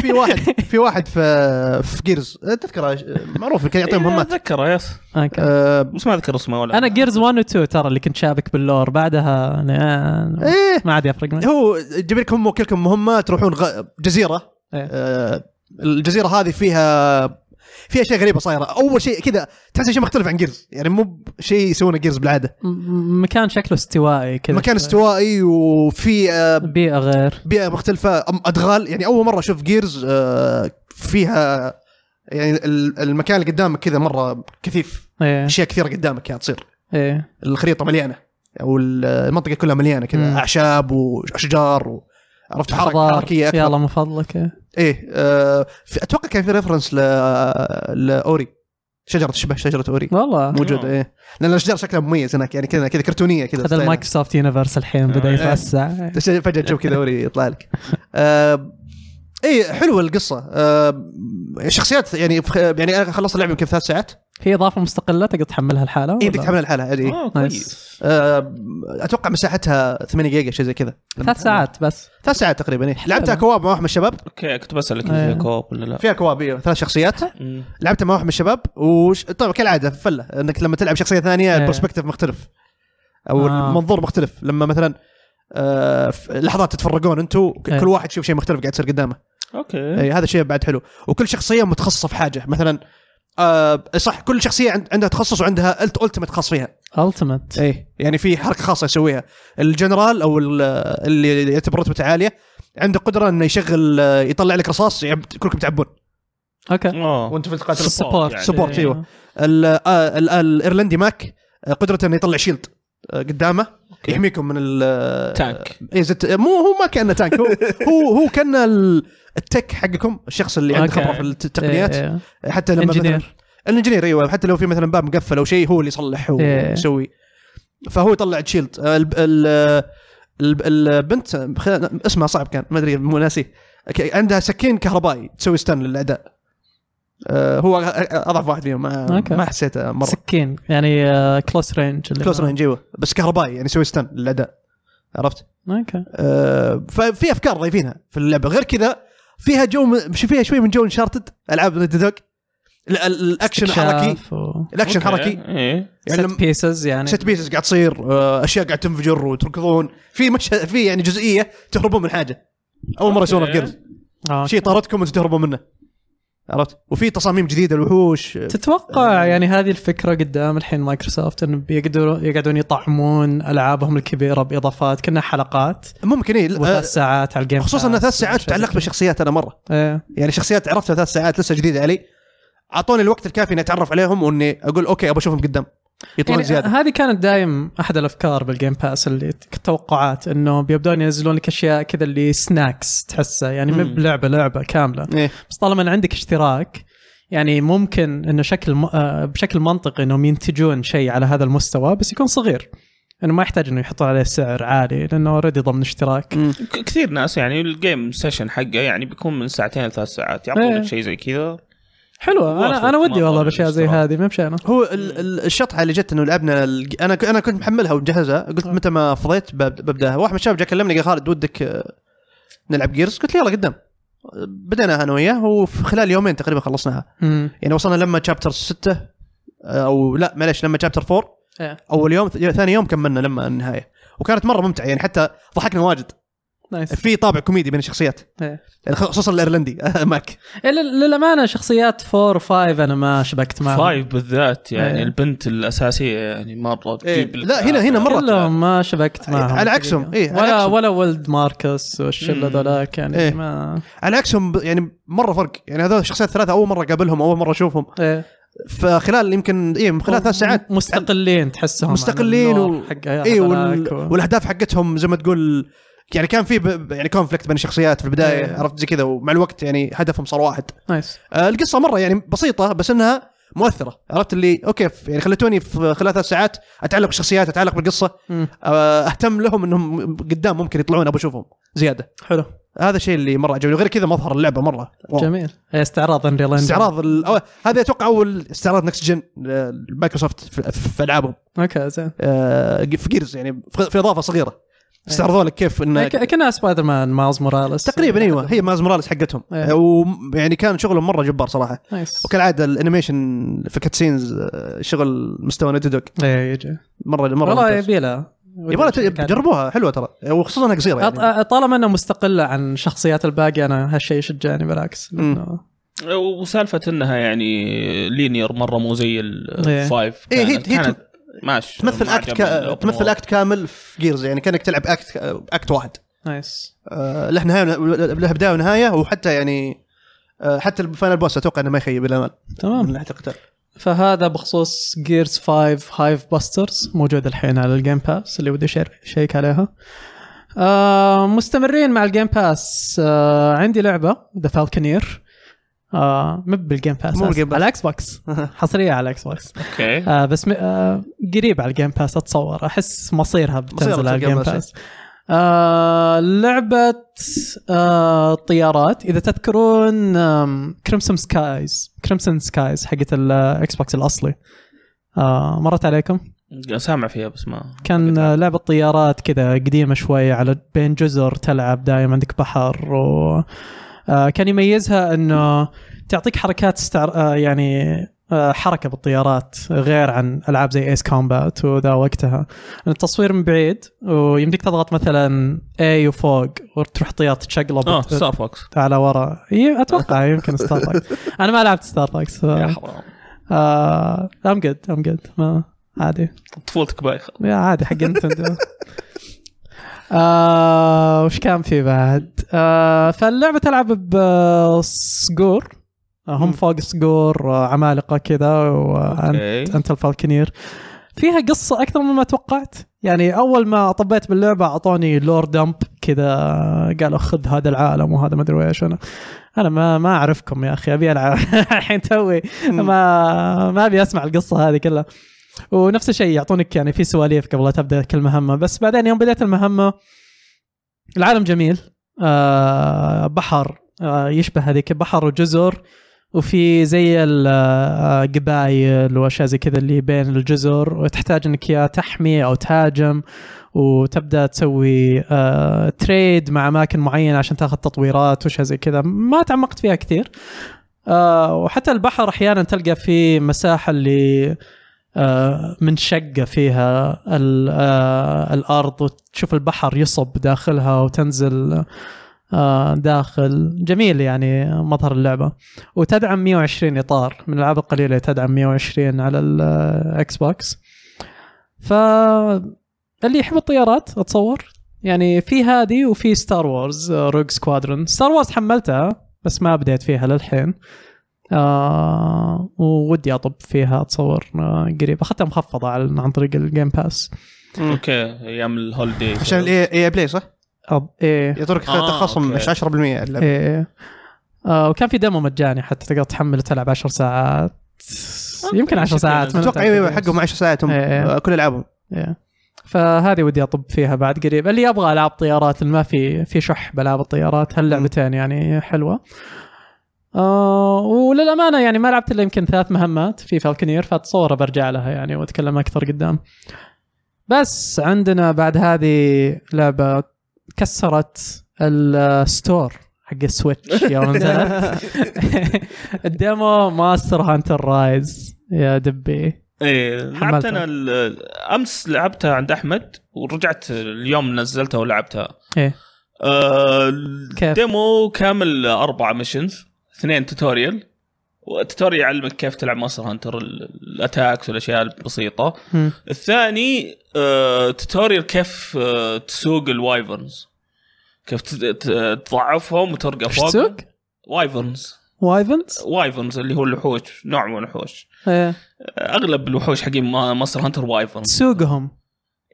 S2: في واحد في واحد في في جيرز تذكره آه، معروف كان يعطيهم مهمات
S3: اتذكره يس
S1: اوكي
S2: آه
S3: بس ما اذكر اسمه ولا
S1: انا جيرز 1 و 2 ترى اللي كنت شابك باللور بعدها أنا- أنا
S2: ايه
S1: ما عاد يفرق معي
S2: هو جايب لكم وكلكم مهمه تروحون غ... جزيره
S1: إيه.
S2: آه الجزيره هذه فيها فيها اشياء غريبه صايره اول شيء كذا تحس شيء مختلف عن جيرز يعني مو شيء يسوونه جيرز بالعاده
S1: م- مكان شكله استوائي كذا
S2: مكان استوائي وفي آه
S1: بيئه غير
S2: بيئه مختلفه أم- ادغال يعني اول مره اشوف جيرز آه فيها يعني ال- المكان اللي قدامك كذا مره كثيف
S1: ايه
S2: اشياء كثيره قدامك يعني تصير
S1: ايه
S2: الخريطه مليانه او المنطقه كلها مليانه كذا
S1: مم.
S2: اعشاب واشجار و... عرفت حرك
S1: خضار.
S2: حركيه اكثر
S1: يلا من فضلك إيه.
S2: ايه آه في اتوقع كان في ريفرنس ل... آه، لاوري شجره تشبه شجره اوري
S1: والله
S2: موجوده
S3: آه.
S2: ايه لان الاشجار شكلها مميز هناك يعني كذا كذا كرتونيه كذا
S1: هذا
S2: ستايل.
S1: المايكروسوفت يونيفرس الحين بدا
S2: آه.
S3: إيه.
S1: يتوسع
S2: تش- فجاه تشوف كذا اوري يطلع لك آه ايه حلوه القصه آه شخصيات يعني فخ- يعني انا خلصت اللعبه يمكن ثلاث ساعات
S1: هي اضافه مستقله تقدر تحملها الحالة
S2: ايه بدك تحملها لحالها إيه.
S3: اه
S1: نايس.
S3: كويس
S2: آه، اتوقع مساحتها 8 جيجا شيء زي كذا
S1: ثلاث ساعات بس
S2: ثلاث ساعات تقريبا إيه. لعبتها كواب مع واحد من الشباب
S3: اوكي كنت بسالك
S1: إيه.
S3: اذا كوب ولا لا
S2: فيها كواب إيه، ثلاث شخصيات
S3: مم.
S2: لعبتها مع واحد من الشباب طيب، وطبعا كالعاده فله انك لما تلعب شخصيه ثانيه
S1: إيه.
S2: البرسبكتيف مختلف او
S1: آه.
S2: المنظور مختلف لما مثلا آه، ف- لحظات تتفرقون انتم ك-
S1: إيه.
S2: كل واحد يشوف شيء مختلف قاعد يصير قدامه
S3: اوكي
S2: إيه، هذا شيء بعد حلو وكل شخصيه متخصصه في حاجه مثلا آه، صح كل شخصيه عند- عندها تخصص وعندها الت التمت خاص فيها
S1: التمت
S2: ايه يعني في حركه خاصه يسويها الجنرال او ال- آه، اللي يعتبر رتبته عاليه عنده قدره انه يشغل يطلع لك رصاص يعب- كلكم تعبون
S1: اوكي
S3: اه
S2: وانت في تقاتل
S3: Support.
S1: سبورت
S3: يعني.
S2: Support،
S1: إيه،
S2: أيوه. ال- آه، ال- الايرلندي ماك آه، قدرته انه يطلع شيلد آه، قدامه يحميكم من ال
S3: تانك
S2: إيه، زت- مو هو ما كانه تانك هو هو هو كان ال- التك حقكم الشخص اللي عنده
S1: أوكي.
S2: خبره في الت-
S1: إيه،
S2: التقنيات حتى لما مثلا
S1: انجينير
S2: الانجينير ايوه حتى لو في مثلا باب مقفل او شيء هو اللي يصلح
S1: إيه.
S2: ويسوي فهو يطلع شيلد الب... ال... الب... البنت خ- اسمها صعب كان ما ادري مو ناسي ك- عندها سكين كهربائي تسوي ستان للاعداء آه، هو اضعف واحد فيهم ما,
S1: أوكي.
S2: ما حسيته مره
S1: سكين يعني كلوس رينج
S2: كلوس رينج ايوه بس كهربائي يعني يسوي ستان للاعداء عرفت؟
S1: اوكي
S2: آه، ففي افكار ضايفينها في اللعبه غير كذا فيها جو م- فيها شوي من جو انشارتد العاب ريد دوج الاكشن حركي الاكشن حركي
S3: ايه
S2: يعني
S1: يعني
S2: لما-
S1: ست بيسز يعني
S2: ست بيسز قاعد تصير آه، اشياء قاعد تنفجر وتركضون في مشهد في يعني جزئيه تهربون من حاجه اول مره يسوونها في
S3: أوكي.
S2: جيرز
S1: آه،
S2: شيء طارتكم وانتم تهربون منه عرفت وفي تصاميم جديده الوحوش آه،
S1: تتوقع يعني هذه الفكره قدام الحين مايكروسوفت انه بيقدروا يقعدون يطعمون العابهم الكبيره باضافات كنا حلقات
S2: ممكن إيه، اي
S1: وثلاث ساعات على الجيم
S2: خصوصا ان آه، ثلاث ساعات تعلقت بالشخصيات انا مره
S1: ايه
S2: يعني شخصيات عرفتها ثلاث ساعات لسه جديده علي اعطوني الوقت الكافي اني اتعرف عليهم واني اقول اوكي ابى اشوفهم قدام يطلعون
S1: يعني
S2: زياده
S1: هذه كانت دايم احد الافكار بالجيم باس اللي توقعات انه بيبدون ينزلون لك اشياء كذا اللي سناكس تحسها يعني مو
S3: مم.
S1: بلعبه لعبه كامله
S2: إيه.
S1: بس طالما ان عندك اشتراك يعني ممكن انه شكل م... آه، بشكل منطقي انهم ينتجون شيء على هذا المستوى بس يكون صغير انه ما يحتاج انه يحطون عليه سعر عالي لانه اوريدي ضمن اشتراك
S2: مم.
S3: ك- كثير ناس يعني الجيم سيشن حقه يعني بيكون من ساعتين لثلاث ساعات
S1: إيه.
S3: يعطونك شيء زي كذا
S1: حلوه انا انا
S3: واثق
S1: ودي
S3: مرة
S1: والله
S3: من
S1: باشياء زي
S3: الاشتراك.
S1: هذه ما بشينا
S2: هو ال- ال- الشطحه اللي جت انه لعبنا الج- انا ك- انا كنت محملها ومجهزها قلت متى ما فضيت بب- ببداها واحد من الشباب جاء كلمني قال خالد ودك آه، نلعب جيرز قلت له يلا قدام بديناها انا وياه وفي خلال يومين تقريبا خلصناها
S1: مم.
S2: يعني وصلنا لما شابتر 6 او لا معليش لما شابتر 4
S1: إيه.
S2: اول يوم ث- ثاني يوم كملنا لما النهايه وكانت مره ممتعه يعني حتى ضحكنا واجد
S1: نايس
S2: في طابع كوميدي بين الشخصيات
S1: إيه.
S2: يعني خصوصا الايرلندي ماك
S1: إيه، لل- للامانه شخصيات 4 و 5 انا ما شبكت معهم
S3: فايف بالذات يعني
S1: إيه.
S3: البنت الاساسيه يعني مره
S2: إيه.
S3: تجيب لك
S2: لا هنا هنا مره
S1: كلهم ما شبكت معهم
S2: على عكسهم، إيه، على
S1: ولا
S2: عكسهم.
S1: ولا ولد ماركس والشله
S3: مم.
S1: ذولاك يعني
S2: إيه.
S1: ما
S2: على عكسهم ب- يعني مره فرق يعني هذول الشخصيات الثلاثه اول مره قابلهم اول مره اشوفهم
S1: إيه.
S2: فخلال يمكن اي من خلال ثلاث ساعات
S1: مستقلين تحسهم
S2: مستقلين و-
S1: و... حق
S2: اي
S1: اي
S2: وال... والاهداف حقتهم زي ما تقول يعني كان في ب... يعني كونفليكت بين الشخصيات في البدايه
S1: إيه.
S2: عرفت زي كذا ومع الوقت يعني هدفهم صار واحد
S1: نايس
S2: آه القصه مره يعني بسيطه بس انها مؤثره عرفت اللي اوكي ف- يعني خلتوني في خلال ثلاث ساعات اتعلق بالشخصيات اتعلق بالقصه
S1: مم.
S2: آه اهتم لهم انهم قدام ممكن يطلعون ابى اشوفهم زياده
S1: حلو
S2: هذا الشيء اللي مره عجبني غير كذا مظهر اللعبه مره واو.
S1: جميل إيه، استعراض انريل
S2: استعراض ال- أو- هذا اتوقع اول استعراض نكست جن مايكروسوفت في, في العابهم
S1: اوكي زين
S2: آه، في جيرز يعني في في اضافه صغيره استعرضوا لك كيف انه
S1: إيه، ك- كنا سبايدر مان ماوز موراليس
S2: تقريبا ايوه هي ماز موراليس حقتهم
S1: إيه.
S2: ويعني كان شغلهم مره جبار صراحه
S1: نايس
S2: وكالعاده الانيميشن في كاتسينز آه، شغل مستوى نتدوك
S1: ايه يجي
S2: مره مره
S1: والله
S2: ممتاز.
S1: يبي لها
S2: يبغى لها جربوها حلوه ترى وخصوصا انها قصيره
S1: أط-
S2: يعني.
S1: أ- طالما انها مستقله عن شخصيات الباقي انا هالشيء يشجعني بالعكس
S2: مم.
S1: لأنه-
S3: وسالفه انها يعني لينير مره مو زي
S1: إيه.
S3: الفايف
S2: إيه، هي-
S3: كانت-
S2: هي
S3: كانت ماشي
S2: تمثل
S3: ما
S2: اكت
S3: عجبني
S2: كا...
S3: الأوبن وورد.
S2: تمثل اكت كامل في جيرز يعني كانك تلعب اكت اكت واحد
S1: نايس
S2: آه، له نهايه له بدايه ونهايه وحتى يعني آه، حتى الفاينل بوس اتوقع انه ما يخيب الامل
S1: تمام
S2: من ناحيه القتال
S1: فهذا بخصوص جيرز 5 هايف باسترز موجود الحين على الجيم باس اللي ودي أشير- اشيك عليها آه مستمرين مع الجيم باس آه عندي لعبه ذا فالكنير آه مب بالجيم باس
S2: مو بالجيم
S1: آسف،
S2: باس.
S1: على اكس بوكس حصريه على اكس بوكس
S3: اوكي
S1: آه بس م... آه قريب على الجيم باس اتصور احس مصيرها بتنزل
S2: مصيرها
S1: على الجيم
S2: الجيم باس.
S1: باس آه لعبة آه طيارات إذا تذكرون كريمسون سكايز كريمسون سكايز حقت الإكس بوكس الأصلي آه مرت عليكم
S3: سامع فيها بس ما
S1: كان آه، لعبة طيارات كذا قديمة شوي على بين جزر تلعب دايم عندك بحر و آه، كان يميزها انه تعطيك حركات استعر... آه، يعني آه، حركة بالطيارات غير عن العاب زي ايس كومبات وذا وقتها التصوير من بعيد ويمديك تضغط مثلا اي وفوق وتروح طيارة تشقلب
S3: اه
S1: وت-
S3: ستار فوكس
S1: على ورا ي- اتوقع يمكن ستار فاكس انا ما لعبت ستار فاكس
S3: يا
S2: إيه.
S1: ف... آه،
S3: حرام
S1: ام جود ام جود ما عادي
S3: طفولتك بايخه
S1: يا عادي حق نتندو آه وش كان في بعد؟ آه فاللعبة تلعب بصقور آه، هم فوق صقور آه، عمالقه كذا وانت
S3: أوكي.
S1: انت الفالكنير فيها قصه اكثر مما توقعت يعني اول ما طبيت باللعبه اعطوني لور دمب كذا قالوا خذ هذا العالم وهذا ما ادري ايش انا انا ما ما اعرفكم يا اخي ابي العب الحين توي ما ما ابي اسمع القصه هذه كلها ونفس الشيء يعطونك يعني في سواليف قبل لا تبدا كل مهمه بس بعدين يوم بديت المهمه العالم جميل آه بحر آه يشبه هذيك بحر وجزر وفي زي القبايل واشياء زي كذا اللي بين الجزر وتحتاج انك يا تحمي او تهاجم وتبدا تسوي آه تريد مع اماكن معينه عشان تاخذ تطويرات واشياء زي كذا ما تعمقت فيها كثير آه وحتى البحر احيانا تلقى فيه مساحه اللي آه، منشقة فيها ال- آه، الأرض وتشوف البحر يصب داخلها وتنزل آه، داخل جميل يعني مظهر اللعبة وتدعم 120 إطار من الألعاب القليلة اللي تدعم 120 على آه، الأكس بوكس فاللي يحب الطيارات أتصور يعني في هذه وفي آه، ستار وورز روج سكوادرون ستار وورز حملتها بس ما بديت فيها للحين آه وودي اطب فيها اتصور آه قريب اخذتها مخفضه عن عن طريق الجيم باس
S3: اوكي ايام الهوليدي
S2: عشان الاي اي بلاي صح؟
S1: أب... ايه
S2: يعطونك
S3: آه،
S2: تخصم
S3: أوكي.
S2: 10% اللعبة.
S1: ايه آه وكان في ديمو مجاني حتى تقدر تحمل تلعب 10 ساعات يمكن 10 ساعات ما أنا
S2: اتوقع
S1: متأكد.
S2: أيوة، حقهم 10 ساعات هم
S1: إيه، إيه.
S2: آه، كل العابهم
S1: إيه. فهذه ودي اطب فيها بعد قريب اللي يبغى العاب طيارات اللي ما في في شح بالعاب الطيارات هاللعبتين يعني حلوه آه وللامانه يعني ما لعبت الا يمكن ثلاث مهمات في فالكنير فاتصور برجع لها يعني واتكلم اكثر قدام بس عندنا بعد هذه لعبه كسرت الستور حق السويتش يوم نزلت الديمو ماستر هانتر رايز يا دبي
S3: ايه لعبت
S1: حملتها.
S3: انا ال- امس لعبتها عند احمد ورجعت اليوم نزلتها ولعبتها
S1: ايه
S3: آه
S1: كيف؟
S3: الديمو كامل اربع ميشنز اثنين توتوريال والتوتوريال يعلمك كيف تلعب مصر هانتر ال- الاتاكس والاشياء البسيطه
S1: هم.
S3: الثاني آه، توتوريال كيف آه، تسوق الوايفرنز كيف ت- ت- تضعفهم وترقى
S1: إيش
S3: فوق
S1: تسوق؟
S3: وايفرنز
S1: وايفنز
S3: وايفرنز اللي هو الوحوش نوع من الوحوش
S1: ايه
S3: اغلب الوحوش حقين مصر هانتر وايفرنز
S1: تسوقهم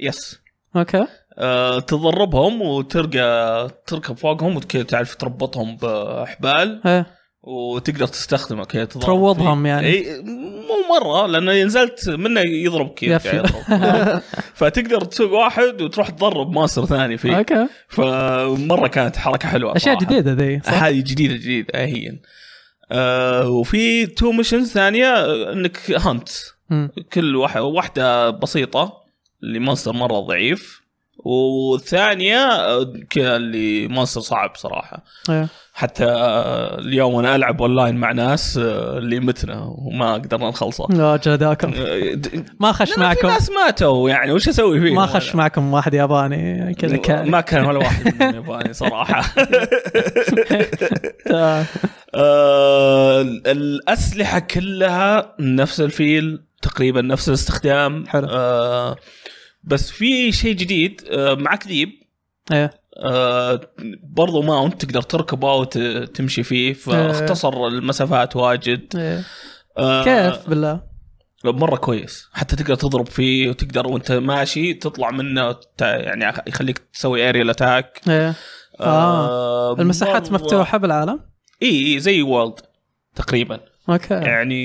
S3: يس
S1: اوكي
S3: آه، تضربهم وترقى تركب فوقهم وكذا تعرف تربطهم باحبال
S1: ايه
S3: وتقدر تستخدمه كذا تضرب
S1: تروضهم
S3: فيه.
S1: يعني.
S3: اي مو مره لانه نزلت منه يضربك كذا
S1: يف-
S3: يضرب. فتقدر تسوق واحد وتروح تضرب ماستر ثاني فيه
S1: اوكي
S3: فمره كانت حركه حلوه
S1: اشياء
S3: صراحة.
S1: جديده ذي صح؟
S3: هذه جديده جديده هي آه وفي تو ميشنز ثانيه آه، انك هانت
S1: مم.
S3: كل واحد واحده بسيطه اللي مونستر مره ضعيف والثانيه آه، ك- اللي مونستر صعب صراحه
S1: إيه.
S3: حتى آه، اليوم وانا العب اونلاين مع ناس آه، اللي متنا وما قدرنا نخلصه
S1: لا جلداكم
S3: آه، د-
S1: ما خش
S3: لأنه في
S1: معكم
S3: ناس ماتوا يعني وش اسوي فيهم
S1: ما
S3: أنا؟
S1: خش معكم واحد ياباني كذا كان
S3: ما كان ولا واحد منهم ياباني صراحه
S1: آه.
S3: آه، الاسلحه كلها نفس الفيل تقريبا نفس الاستخدام
S1: حلو.
S3: آه بس في شيء جديد آه معك ذيب
S1: ايه
S3: آه برضو ماونت تقدر تركبه وتمشي
S1: آه.
S3: فيه فاختصر المسافات واجد
S1: إيه.
S3: آه
S1: كيف بالله
S3: مره كويس حتى تقدر تضرب فيه وتقدر وانت ماشي تطلع منه وت- يعني يخليك تسوي اريال اتاك
S1: ايه المساحات
S3: مرة-
S1: مفتوحه بالعالم
S3: اي اي زي وولد تقريبا إيه.
S1: اوكي
S3: يعني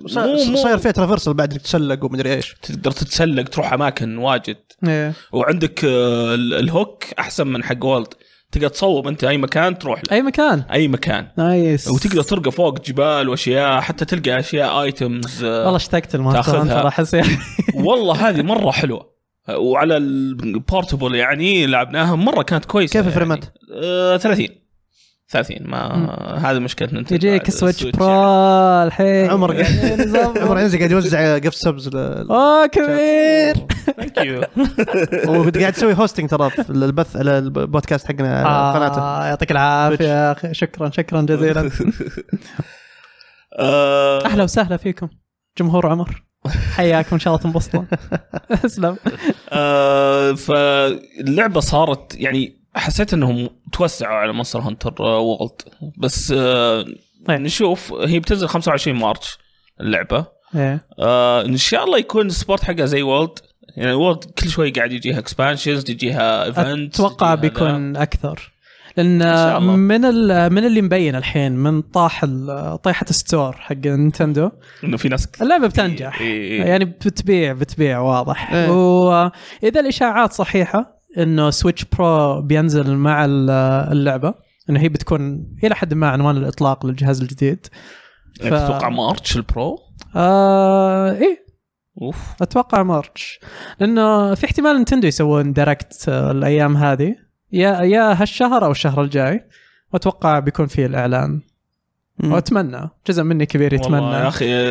S3: مو
S2: صا-
S3: مو
S2: صاير فيها ترافرسل بعد انك تسلق ومدري ايش
S3: تقدر تتسلق تروح اماكن واجد
S1: ايه
S3: وعندك آه، ال- الهوك احسن من حق وولد تقدر تصوب انت اي مكان تروح له
S1: اي مكان
S3: اي مكان
S1: نايس
S3: وتقدر ترقى فوق جبال واشياء حتى تلقى آه، اشياء ايتمز
S1: والله اشتقت الماستر
S3: تاخذها.
S1: هانتر احس يعني.
S3: والله هذه مره حلوه آه، وعلى البورتبل يعني لعبناها مره كانت كويسه
S2: كيف
S3: يعني.
S2: الفريمات؟
S3: آه 30 30 ما هذه مشكله نينتندو
S1: يجيك سويتش برو
S3: إيه،
S1: الحين
S2: عمر
S3: يعني
S2: قاعد عمر ينزل قاعد يوزع جفت سبز
S1: اوه كبير
S3: ثانك يو
S2: وقاعد تسوي هوستنج ترى في البث على البودكاست حقنا على قناته
S1: آه يعطيك العافيه يا اخي شكرا شكرا جزيلا
S3: طيب. أه،
S1: اهلا وسهلا فيكم جمهور عمر حياكم ان شاء الله تنبسطون اسلم
S3: آه، فاللعبه صارت يعني حسيت انهم توسعوا على مصر هانتر وولد أه، بس آه،
S1: طيب.
S3: نشوف هي بتنزل 25 مارس اللعبه
S1: ايه
S3: آه ان شاء الله يكون السبورت حقها زي وورلد يعني وورلد كل شوي قاعد يجيها اكسبانشنز تجيها ايفنتس
S1: اتوقع بيكون اكثر لان
S3: شاء الله.
S1: من ال- من اللي مبين الحين من طاح ال- طيحه الستور حق نينتندو
S3: انه في ناس
S1: اللعبه بتنجح
S3: إي- إي.
S1: يعني بتبيع بتبيع واضح
S2: إيه.
S1: واذا الاشاعات صحيحه انه سويتش برو بينزل مع ال- اللعبه انه هي بتكون الى حد ما عنوان الاطلاق للجهاز الجديد
S3: يعني
S1: ف-
S3: تتوقع مارتش البرو
S1: آه ايه
S3: اوف
S1: اتوقع مارتش لانه في احتمال نتندو يسوون دايركت آه، الايام هذه يا يا هالشهر او الشهر الجاي واتوقع بيكون فيه الاعلان واتمنى جزء مني كبير
S3: والله
S1: يتمنى
S3: يا اخي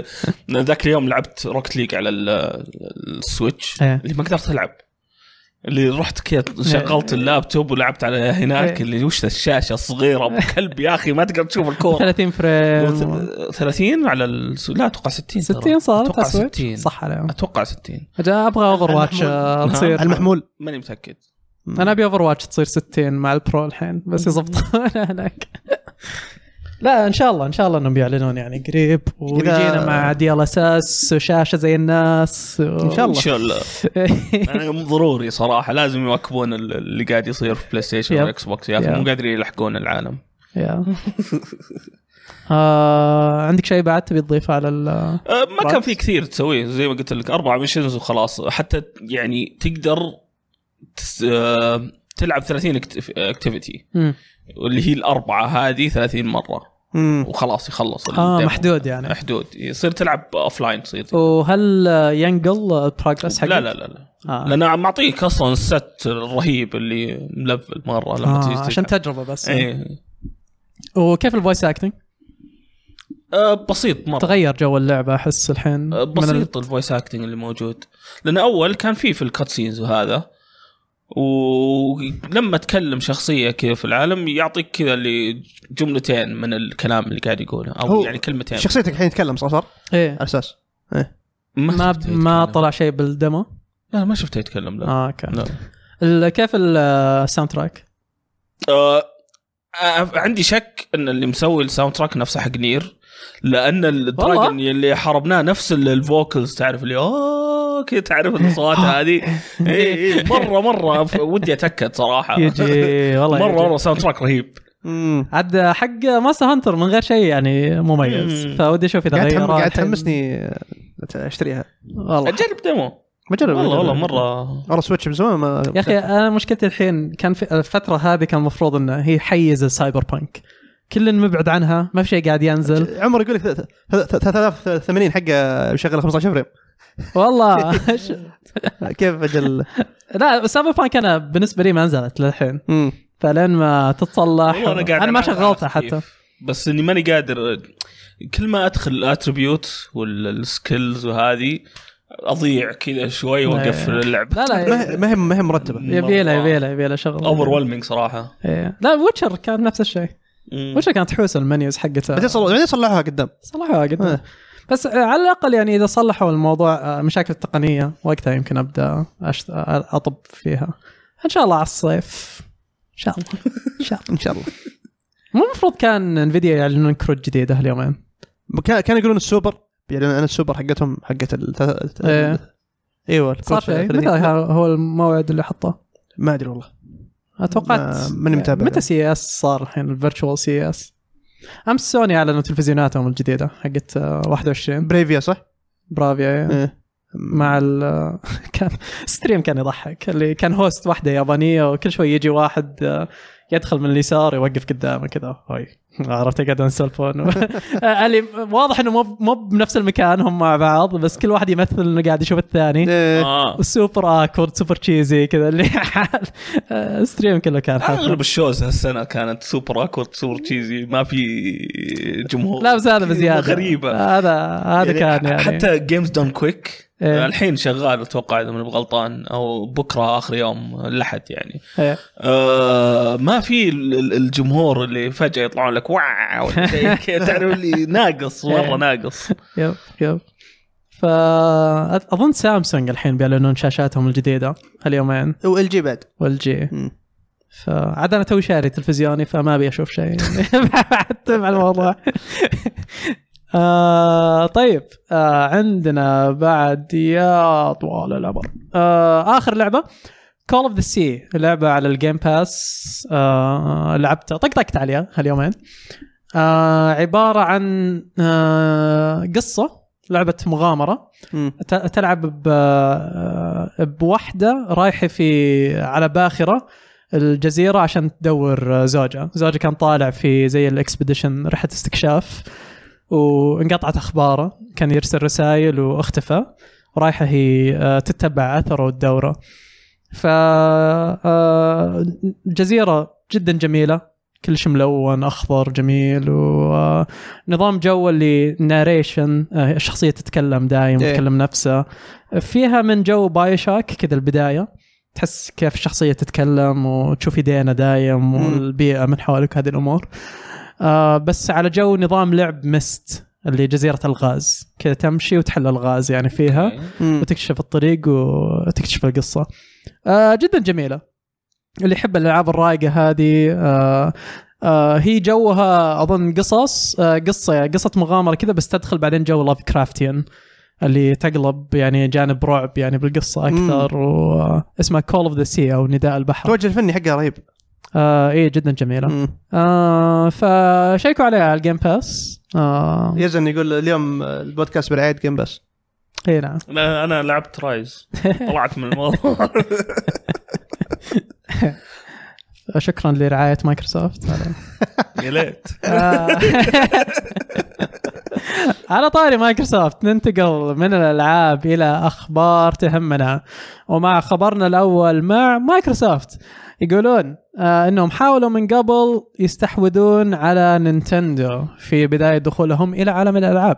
S3: أنا ذاك اليوم لعبت روكت ليج على ال- ال- السويتش
S1: إيه.
S3: اللي ما قدرت العب اللي رحت كذا شغلت اللابتوب ولعبت على هناك
S1: إيه.
S3: اللي وش ذا الشاشه الصغيره ابو كلب يا اخي ما تقدر تشوف الكوره
S1: 30 فريم
S3: وث- 30 على ال... لا اتوقع 60 ترى.
S1: 60 صارت
S3: اتوقع
S1: على Switch.
S3: 60
S1: صح عليهم
S3: اتوقع 60
S1: أجا ابغى اوفر واتش
S3: المحمول.
S1: تصير
S2: نعم. آه، المحمول
S3: ماني متاكد
S1: انا ابي اوفر واتش تصير 60 مع البرو الحين بس يظبطون هناك لا ان شاء الله ان شاء الله انهم بيعلنون يعني قريب ويجينا مع دي ال اس اس وشاشه زي الناس إيه. ان
S2: شاء الله.
S3: ان شاء الله يعني ضروري صراحه لازم يواكبون ال- اللي قاعد يصير في بلاي ستيشن
S1: يب.
S3: والاكس بوكس يا اخي
S1: يب.
S3: مو قادرين يلحقون العالم
S1: يا آه، عندك شيء بعد تبي تضيفه على ال
S3: أه، ما كان
S1: رات.
S3: في كثير تسويه زي ما قلت لك اربع ميشنز وخلاص حتى يعني تقدر تس... أه، تلعب 30 اكتيفيتي
S1: مم.
S3: واللي هي الاربعه هذه 30 مره
S2: مم.
S3: وخلاص
S1: اه
S3: يخلص الديمو.
S1: محدود يعني
S3: محدود يصير تلعب اوف لاين تصير
S1: وهل آه، ينقل البروجرس حقك؟
S3: لا لا لا لا
S1: آه.
S3: لان عم معطيك اصلا الست الرهيب اللي ملفل مره لما تيجي
S1: آه
S3: تلعب.
S1: عشان تجربه بس
S3: ايه
S1: وكيف الفويس اكتنج؟
S3: آه، بسيط مره
S1: تغير جو اللعبه احس الحين من
S3: آه،
S1: ال-
S3: بسيط الفويس اكتنج اللي موجود لان اول كان في في الكاتسينز وهذا ولما تكلم شخصيه كذا في العالم يعطيك كذا اللي جملتين من الكلام اللي قاعد يقوله او
S2: هو
S3: يعني كلمتين
S2: شخصيتك الحين يتكلم صح صار؟
S1: ايه
S2: على اساس
S1: ما
S3: شفته
S1: ما
S3: يتكلم.
S1: طلع شيء بالدمو
S3: لا ما شفته يتكلم لا,
S1: اه اوكي
S3: لا.
S1: ال- كيف الساوند تراك؟
S3: آه آه، عندي شك ان اللي مسوي الساوند تراك نفسه حق نير لان الدراجون اللي حاربناه نفس ال- الفوكلز تعرف اللي اوه كذا تعرف الاصوات هذه إيه، اي اي مره مره ف- ودي اتاكد صراحه
S1: يجي والله
S3: مره
S1: يجي.
S3: مره ساوند تراك رهيب
S2: مم.
S1: عاد حق ماستر هانتر من غير شيء يعني مميز
S3: مم.
S1: فودي اشوف اذا
S2: قاعد
S1: غير
S2: تحم- قاعد تحمسني آه، اشتريها
S1: والله
S3: اجرب ديمو
S2: بجرب
S3: والله والله
S2: بجرب.
S3: مره
S2: والله سويتش آه، من زمان ما
S1: يا اخي انا مشكلتي الحين كان في الفتره هذه كان المفروض انه هي حيز السايبر بانك كلنا مبعد عنها ما في شيء قاعد ينزل
S2: عمر يقول لك 3080 حقه مشغله 15 فريم
S1: والله
S2: كيف اجل
S1: لا السايبر بانك انا بالنسبه لي ما نزلت للحين
S2: مم.
S1: فلين ما تتصلح
S3: والله انا قاعد
S1: انا ما
S3: ألعب
S1: شغلتها
S3: على
S1: حتى
S3: خفيف. بس اني ماني قادر كل ما ادخل الاتريبيوت والسكيلز وهذه اضيع كذا شوي واقفل اللعبه
S1: لا لا
S2: ما هي- ما هي ما هي مرتبه
S1: يبي له يبي له يبي له شغل
S3: اوفر صراحه
S1: إيه. لا ويتشر كان نفس الشيء
S3: مم.
S1: ويتشر كانت حوسه المنيوز
S2: بعدين
S1: حقتها
S2: صلحوا بعدين صلحوها قدام
S1: صلحوها قدام
S2: إيه.
S1: بس آه، على الاقل يعني اذا صلحوا الموضوع آه، مشاكل التقنيه وقتها يمكن ابدا أشت... آه، اطب فيها ان شاء الله على الصيف ان شاء الله ان شاء الله
S2: ان شاء الله
S1: مو المفروض كان انفيديا يعلنون كروت جديده هاليومين
S2: كان كانوا يقولون السوبر يعني انا السوبر حقتهم حقت ال- ال-
S1: إيه.
S2: ايوه
S1: صار شيء متى ه- هو الموعد اللي حطه؟
S2: ما ادري والله
S1: اتوقعت
S2: ما- ماني متابع.
S1: متى سي اس صار الحين الفيرتشوال سي اس امس سوني اعلنوا تلفزيوناتهم الجديده حقت آه، 21
S2: بريفيا صح؟
S1: برافيا
S2: إيه.
S1: مع ال كان ستريم كان يضحك اللي كان هوست واحده يابانيه وكل شوي يجي واحد آه، يدخل من اليسار يوقف قدامه كذا هاي عرفت يقعدون يسولفون و- آه، اللي واضح انه مو مو بنفس المكان هم مع بعض بس كل واحد يمثل انه قاعد يشوف الثاني
S2: إيه.
S3: آه.
S1: سوبر اكورد سوبر تشيزي كذا اللي آه، ستريم كله كان حلو
S3: اغلب الشوز هالسنه كانت سوبر اكورد سوبر تشيزي ما في جمهور
S1: لا بس هذا بزياده
S3: غريبه
S1: هذا هذا كان يعني
S3: حتى جيمز دون كويك
S1: إيه.
S3: الحين شغال اتوقع اذا ماني بغلطان او بكره اخر يوم الاحد يعني
S1: إيه.
S3: آه ما في ال- ال- الجمهور اللي فجاه يطلعون لك واو ولا شيء كذا، تعرف اللي ناقص
S1: إيه.
S3: مره ناقص
S1: يب يب فاظن سامسونج الحين بيعلنون شاشاتهم الجديده اليومين
S2: وال جي بعد
S1: والجي
S2: مم.
S1: فعاد انا توي شاري تلفزيوني فما ابي اشوف شيء يعني حتى مع الموضوع آه طيب آه عندنا بعد يا طوال العمر آه اخر لعبه كول اوف ذا سي لعبه على الجيم باس آه لعبتها طقطقت عليها هاليومين آه عباره عن آه قصه لعبه مغامره ت- تلعب ب بوحده رايحه في على باخره الجزيره عشان تدور آه، زوجها، زوجها كان طالع في زي الاكسبediشن رحله استكشاف وانقطعت اخباره، كان يرسل رسائل واختفى ورايحه هي آه، تتبع اثره وتدوره. ف آه، جزيره جدا جميله كل شيء ملون اخضر جميل ونظام جو اللي ناريشن الشخصيه تتكلم دايم
S2: إيه.
S1: تتكلم نفسها فيها من جو باي شاك كذا البدايه تحس كيف الشخصيه تتكلم وتشوف ايدينا دايم والبيئه من حولك هذه الامور آه بس على جو نظام لعب مست اللي جزيره الغاز كذا تمشي وتحل الغاز يعني فيها وتكتشف الطريق وتكتشف القصه آه جدا جميله اللي يحب الالعاب الرايقه هذه آه آه هي جوها اظن قصص آه قصه قصه مغامره كذا بس تدخل بعدين جو لاف كرافتيان اللي تقلب يعني جانب رعب يعني بالقصه اكثر واسمها كول اوف ذا سي او نداء البحر
S2: التوجه الفني حقها رهيب
S1: آه ايه جدا جميله
S2: طيب. مم.
S1: آه فشيكوا عليها على الجيم باس آه
S2: يزن يقول اليوم البودكاست بالعيد جيم بس
S1: اي نعم
S3: لا انا لعبت رايز طلعت من الموضوع
S1: شكرا لرعايه مايكروسوفت على
S3: يا ليت
S1: آه. على طاري مايكروسوفت ننتقل من الالعاب الى اخبار تهمنا ومع خبرنا الاول مع مايكروسوفت يقولون آه انهم حاولوا من قبل يستحوذون على نينتندو في بدايه دخولهم الى عالم الالعاب.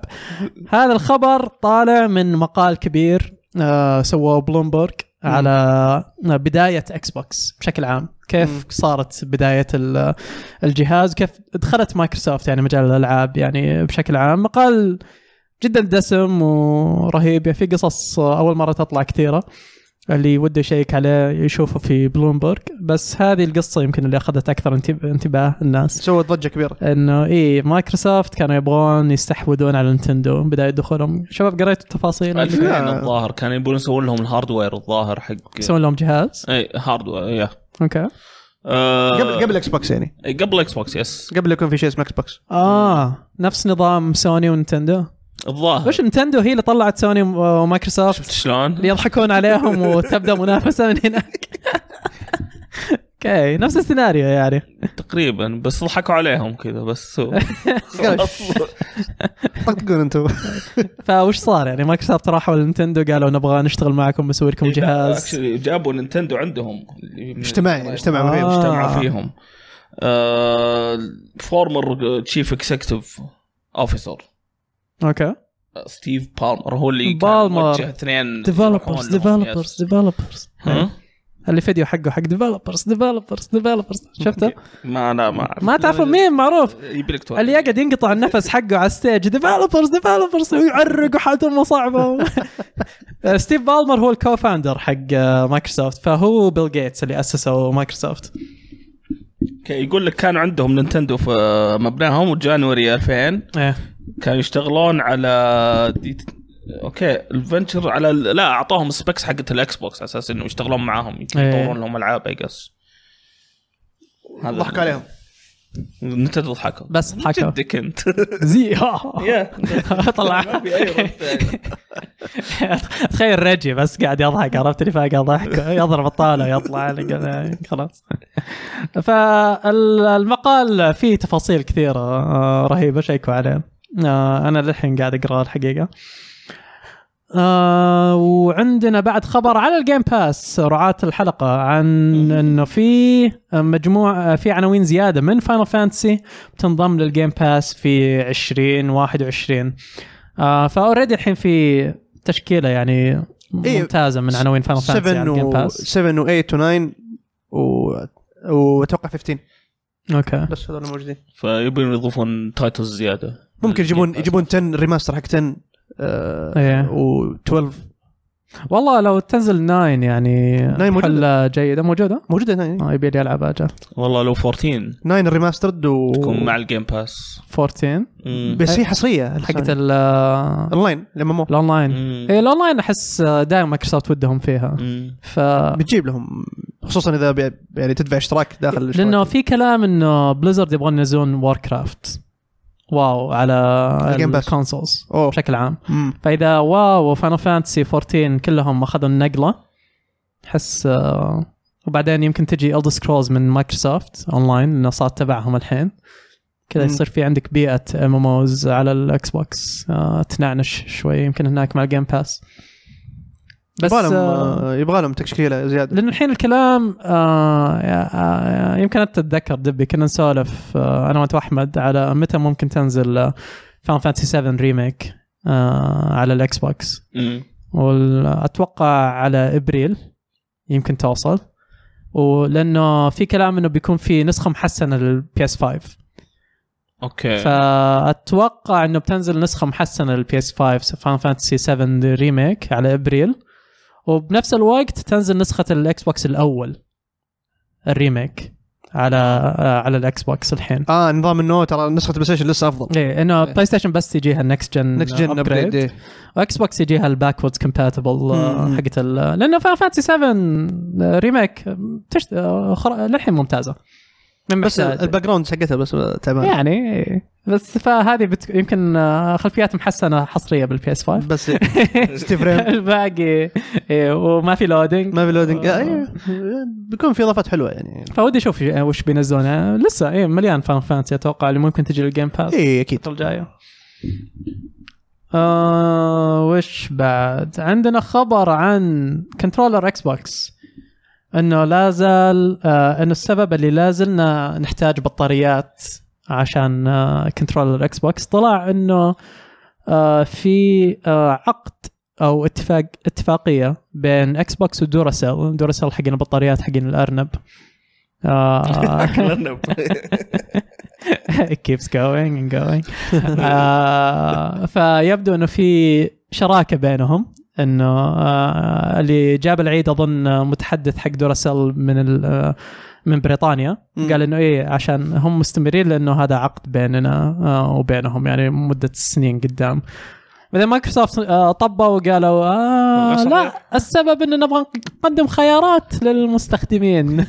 S1: هذا الخبر طالع من مقال كبير آه سووه بلومبرج على بدايه اكس بوكس بشكل عام، كيف
S2: مم.
S1: صارت بدايه ال- الجهاز كيف دخلت مايكروسوفت يعني مجال الالعاب يعني بشكل عام مقال جدا دسم ورهيب يعني في قصص اول مره تطلع كثيره اللي وده يشيك عليه يشوفه في بلومبرج بس هذه القصه يمكن اللي اخذت اكثر انتب- انتباه الناس
S2: سوى ضجه كبيره
S1: انه اي مايكروسوفت كانوا يبغون يستحوذون على نينتندو بدايه دخولهم شباب قريتوا التفاصيل اللي فيها؟
S3: 2000 الظاهر كانوا يبون يسوون لهم الهاردوير الظاهر حق
S1: يسوون لهم جهاز
S3: اي هاردوير يا
S1: اوكي
S3: آه، إيه،
S2: قبل قبل اكس بوكس يعني
S3: قبل اكس بوكس يس
S2: قبل يكون في شيء اسمه اكس بوكس
S1: اه نفس نظام سوني ونينتندو
S3: الظاهر
S1: وش نينتندو هي اللي طلعت سوني ومايكروسوفت
S3: شفت شلون؟
S1: اللي يضحكون عليهم وتبدا منافسه من هناك اوكي نفس السيناريو يعني
S3: تقريبا بس ضحكوا عليهم كذا بس هو-
S2: طقطقون انتم
S1: فوش صار يعني مايكروسوفت راحوا لنتندو قالوا نبغى نشتغل معكم نسوي لكم جهاز
S3: إيه، Actually جابوا نينتندو عندهم
S2: اجتماعي اجتماع رهيب
S1: آه.
S3: اجتمعوا فيهم آه، فورمر تشيف اكسكتيف اوفيسر
S1: اوكي
S3: ستيف بالمر هو اللي كان
S1: بالمر.
S3: موجه اثنين
S1: ديفلوبرز
S3: يروحون لهم.
S1: ديفلوبرز ديفلوبرز
S3: ها؟
S1: إيه. اللي فيديو حقه حق ديفلوبرز ديفلوبرز ديفلوبرز شفته؟
S3: ما لا ما أعرف.
S1: ما تعرفوا مين معروف
S3: يبي لك
S1: اللي يقعد ينقطع النفس حقه على الستيج ديفلوبرز ديفلوبرز ويعرق وحالته امه صعبه ستيف بالمر هو الكوفاوندر حق آه، مايكروسوفت فهو بيل جيتس اللي اسسوا مايكروسوفت
S3: يقول لك كانوا عندهم نينتندو في مبناهم وجانوري 2000
S1: ايه
S3: كانوا يشتغلون على دي اوكي الفنتشر على ال- لا اعطوهم سبيكس حقت الاكس بوكس على اساس انه يشتغلون معاهم يمكن
S1: إيه.
S3: يطورون لهم العاب اي قص
S2: ضحك عليهم
S3: انت تضحكوا
S1: بس ضحكوا
S3: جدك انت
S1: زي ها
S3: يا
S1: طلع
S3: ما في أي رد ثاني.
S1: تخيل ريجي بس قاعد يضحك عرفت اللي فاقع ضحك يضرب الطاوله يطلع خلاص فالمقال فيه تفاصيل كثيره آه، رهيبه شيكوا عليه آه، انا للحين قاعد اقراه الحقيقه آه وعندنا بعد خبر على الجيم باس رعاة الحلقة عن انه في مجموعة في عناوين زيادة من فاينل فانتسي بتنضم للجيم باس في 2021 آه فاوريدي الحين في تشكيله يعني
S2: إيه،
S1: ممتازه من عناوين فاينل فانتسي على
S2: 7
S1: الجيم
S2: و
S1: باس
S2: 7 و8 و9 و واتوقع 15
S1: اوكي
S2: بس هذول موجودين
S3: فيبون يضيفون تايتلز زياده
S2: ممكن يجيبون
S3: Game Pass.
S2: يجيبون 10 ريماستر حق 10 آه
S1: إيه.
S2: و12
S1: والله لو تنزل ناين يعني
S2: ناين موجودة.
S1: حلة جيدة موجودة
S2: موجوده هنا
S1: اه يبي لي العب اجل
S3: والله لو 14
S2: 9 ريماسترد و
S3: تكون مع الجيم باس
S1: 14
S3: مم.
S2: بس هي حصريه
S1: حقت
S2: ال...
S1: ال-
S2: اونلاين لما مو
S1: الاونلاين
S3: مم.
S1: إيه، الاونلاين احس دائما مايكروسوفت ودهم فيها
S3: مم.
S1: ف
S2: بتجيب لهم خصوصا اذا بي... يعني تدفع اشتراك داخل الاشتراك.
S1: لانه في كلام انه بليزرد يبغون ينزلون وار كرافت واو على
S2: الجيم باس.
S1: الكونسولز
S2: اوه
S1: بشكل عام
S2: مم.
S1: فاذا واو وفاينل فانتسي 14 كلهم اخذوا النقله احس آه، وبعدين يمكن تجي الدر سكرولز من مايكروسوفت اونلاين لانه صار تبعهم الحين كذا
S2: مم.
S1: يصير في عندك بيئه ام ام اوز على الاكس بوكس آه، تنعنش شوي يمكن هناك مع الجيم باس بس
S2: يبغى لهم
S1: آه،
S2: آه، يبغى لهم تشكيله زياده
S1: لانه الحين الكلام آه يا- آه يمكن انت تتذكر دبي كنا نسولف آه انا وانت واحمد على متى ممكن تنزل آه فان فانتسي 7 ريميك آه على الاكس بوكس
S3: مم.
S1: واتوقع على ابريل يمكن توصل ولانه في كلام انه بيكون في نسخه محسنه للبي اس 5
S3: اوكي
S1: فاتوقع انه بتنزل نسخه محسنه للبي اس 5 فان فانتسي 7 ريميك على ابريل وبنفس الوقت تنزل نسخه الاكس بوكس الاول الريميك على آه، على الاكس بوكس الحين
S2: اه نظام انه ترى نسخه البلاي ستيشن لسه افضل
S1: ايه انه بلاي ستيشن بس تجيها النكست جن
S2: نكست جن ابجريد إيه.
S1: واكس بوكس يجيها الباكوردز كومباتبل
S2: مم.
S1: آه، حقت ال- لانه فان فانتسي 7 ريميك آه، تشت... آه، خر... للحين ممتازه من
S2: بس
S1: محتاج.
S2: الباك جراوند حقتها بس تعبان
S1: يعني إيه. بس فهذه بت... يمكن آه، خلفيات محسنه حصريه بالبي اس 5
S2: بس إيه. 60 فريم
S1: الباقي إيه، وما في لودنج
S2: ما في لودنج آه، إيه. بيكون في اضافات حلوه يعني
S1: فودي اشوف ي- وش بينزلون آه، لسه اي مليان فان فانتسي اتوقع اللي ممكن تجي للجيم باس
S2: اي اكيد
S1: الفتره الجايه آه وش بعد عندنا خبر عن كنترولر اكس بوكس انه لا زال آه انه السبب اللي لا زلنا نحتاج بطاريات عشان آه كنترولر اكس بوكس طلع انه آه في آه عقد او اتفاق اتفاقيه بين اكس بوكس ودوراسيل دوراسيل حقين البطاريات حقين الارنب آه
S3: كلنا
S1: it keeps going and going آه فيبدو انه في شراكه بينهم انه آه اللي جاب العيد اظن متحدث حق دوراسيل من ال- آه، من بريطانيا
S2: مم.
S1: قال انه ايه عشان هم مستمرين لانه هذا عقد بيننا آه وبينهم يعني مده سنين قدام بعدين مايكروسوفت آه، طبوا وقالوا آه
S3: صحيح.
S1: لا السبب اننا نبغى نقدم خيارات للمستخدمين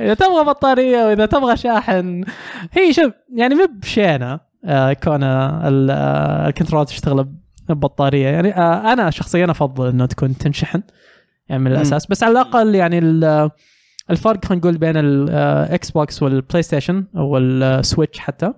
S1: اذا تبغى بطاريه واذا تبغى شاحن هي شوف يعني مب بشينه آه، كون آه، ال- آه، الكنترول تشتغل ببطاريه يعني آه، انا شخصيا افضل انه تكون تنشحن يعني من الاساس بس على الاقل يعني ال- الفرق خلينا نقول بين آه، الاكس بوكس والبلاي ستيشن والسويتش حتى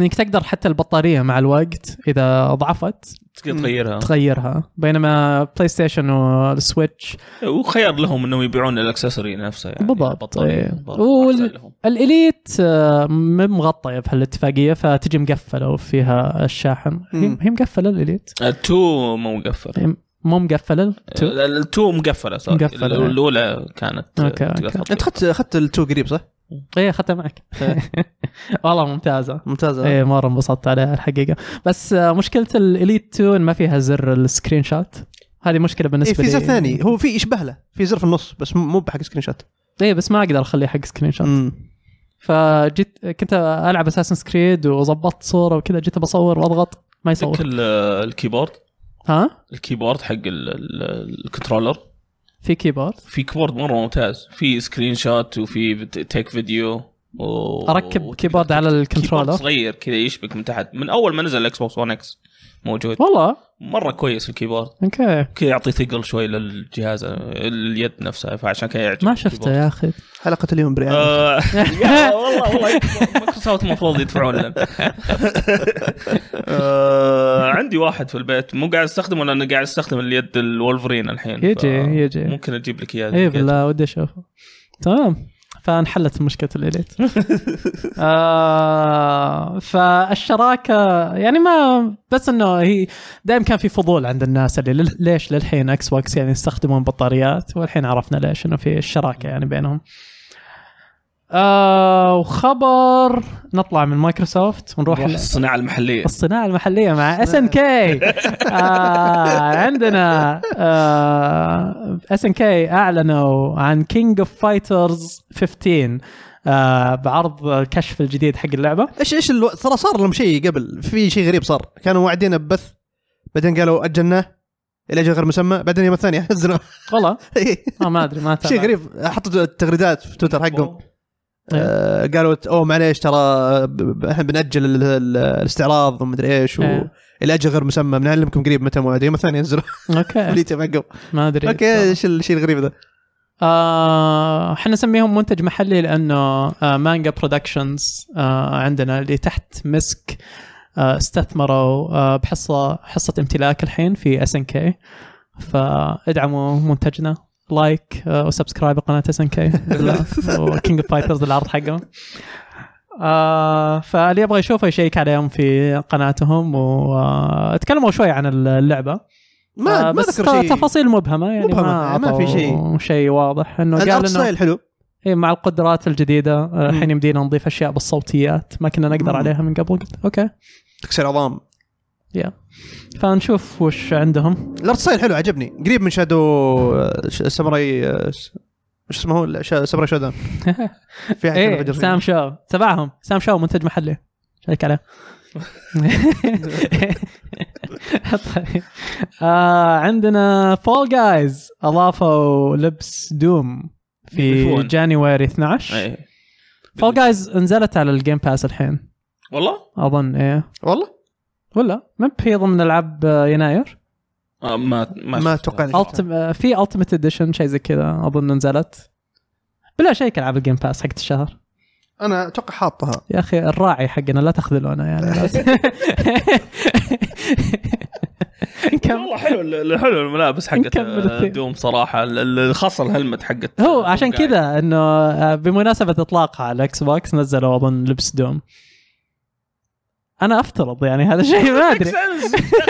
S1: انك تقدر حتى البطاريه مع الوقت اذا ضعفت
S3: تقدر تغيرها
S1: تغيرها بينما بلاي ستيشن والسويتش
S3: وخيار لهم انهم يبيعون الاكسسوري نفسه يعني
S1: بالضبط. إيه.
S3: البطاريه برضه
S1: وال-
S3: أحسن لهم.
S1: الاليت آه، مو مغطيه في الاتفاقيه فتجي مقفله وفيها الشاحن هي
S2: مم.
S1: هي مقفله الاليت
S3: التو مو مقفل
S1: مو مقفله تو.
S3: التو مقفله صار
S1: مقفلة. إيه.
S3: ال- الاولى كانت
S1: أوكي،
S3: تقدر
S1: أوكي.
S3: تحط
S2: انت اخذت اخذت التو قريب صح؟
S1: ايه اخذتها معك والله ممتازه
S2: ممتازه
S1: ايه مره انبسطت عليها الحقيقه بس آه، مشكله الاليت 2 إن ما فيها زر السكرين شوت هذه مشكله
S2: إيه
S1: بالنسبه
S2: في
S1: لي
S2: زر ثاني هو في يشبه له في زر في النص بس مو- مو بحق سكرين شوت
S1: ايه بس ما اقدر اخليه حق سكرين شوت
S2: مم.
S1: فجيت كنت العب اساسن سكريد وظبطت صوره وكذا جيت بصور واضغط ما
S3: تك
S1: يصور
S3: ال- الكيبورد
S1: ها
S3: الكيبورد حق ال- ال- الكنترولر
S1: في كيبورد
S3: في كيبورد مره ممتاز في سكرين شوت وفي تيك فيديو و...
S1: اركب
S3: وتقدر
S1: كيبورد على
S3: كيبورد
S1: الكنترولر
S3: صغير كذا يشبك من تحت من اول ما نزل الاكس بوكس 1 اكس موجود
S1: والله
S3: مره كويس الكيبورد
S1: اوكي
S3: كذا يعطي ثقل شوي للجهاز اليد نفسها فعشان كذا يعجبك
S1: ما شفته
S3: الكيبورد.
S1: يا اخي
S2: حلقه اليوم بريان
S3: آه، يا والله والله مايكروسوفت المفروض يدفعون لنا آه، عندي واحد في البيت مو قاعد استخدمه لانه قاعد استخدم اليد الولفرين الحين ف-
S1: يجي يجي
S3: ممكن اجيب لك اياه
S1: اي إيه، بالله ودي اشوفه تمام فانحلت مشكله الاليت آه فالشراكه يعني ما بس انه هي دائما كان في فضول عند الناس اللي لل- ليش للحين اكس بوكس يعني يستخدمون بطاريات والحين عرفنا ليش انه في الشراكه يعني بينهم آه وخبر نطلع من مايكروسوفت ونروح
S3: نروح
S1: ل-
S3: الصناعه المحليه
S1: الصناعه المحليه مع اس ان كي آه، عندنا آه، اس ان كي اعلنوا عن كينج اوف فايترز 15 آه بعرض الكشف الجديد حق اللعبه
S2: ايش ايش الو... ترى صار لهم شيء قبل في شيء غريب صار كانوا واعدين ببث بعدين قالوا اجلناه الى اجل غير مسمى بعدين يوم الثانيه نزلوا
S1: والله آه ما ادري ما تابعت.
S2: شيء غريب حطوا التغريدات في تويتر حقهم
S1: طيب.
S2: آه قالوا ت- اوه معليش ترى ب- ب- احنا بناجل ال- ال- الاستعراض ومدري ايش و...
S1: إيه.
S2: الى اجل غير مسمى بنعلمكم قريب متى موعد يوم الثانيه ينزلوا
S1: اوكي
S2: اليوتيوب حقهم
S1: ما ادري
S2: اوكي ايش الشيء الغريب ذا
S1: آه، احنا نسميهم منتج محلي لانه آه، مانجا برودكشنز آه، عندنا اللي تحت مسك آه، استثمروا آه، بحصه حصه امتلاك الحين في اس ان كي فادعموا منتجنا لايك آه، وسبسكرايب قناه اس ان كي وكينج اوف فايترز العرض حقهم آه فاللي يبغى يشوفه يشيك عليهم في قناتهم وتكلموا شوي عن اللعبه
S2: ما
S1: آه،
S2: ما
S1: بس
S2: ذكر
S1: ترى
S2: شيء
S1: تفاصيل مبهمه يعني ما,
S2: مبهمة، ما في شيء.
S1: شيء واضح انه قال
S2: الارت
S1: انه
S2: ستايل حلو
S1: إيه مع القدرات الجديده آه، الحين يمدينا نضيف اشياء بالصوتيات ما كنا نقدر
S2: مم.
S1: عليها من قبل قلت اوكي
S2: تكسر عظام
S1: فنشوف وش عندهم
S2: الارت ستايل حلو عجبني قريب من شادو آه، ش- ساموراي آه، س- ايش اسمه هو شا- ساموراي شودان في حد
S1: ايه
S2: ينفجر فيه.
S1: سام شاو تبعهم سام شاو منتج محلي شيك عليه طيب. آه عندنا فول جايز اضافوا لبس دوم في
S3: يضيفون.
S1: جانيوري 12
S3: إيه.
S1: فول جايز نزلت على الجيم باس الحين
S3: والله
S1: اظن ايه
S2: والله
S1: ولا ما هي ضمن العاب يناير
S3: آه، ما ما
S2: ما
S3: شفتها.
S2: توقعني.
S1: Ultim- في التيمت اديشن شيء زي كذا اظن نزلت بلا شيك العاب الجيم باس حقت الشهر
S2: انا اتوقع حاطها
S1: يا اخي الراعي حقنا لا تخذلونا يعني بس. نكمل.
S3: والله حلو ال- حلو الملابس حقت
S1: نكمل
S3: آه،
S1: الثيم.
S3: دوم صراحه ال- ال- خاصه الهلمت حقت
S1: هو
S3: دوم
S1: عشان
S3: قاعد.
S1: كذا انه آه، بمناسبه اطلاقها على الاكس بوكس نزلوا اظن لبس دوم انا افترض يعني هذا شيء ما ادري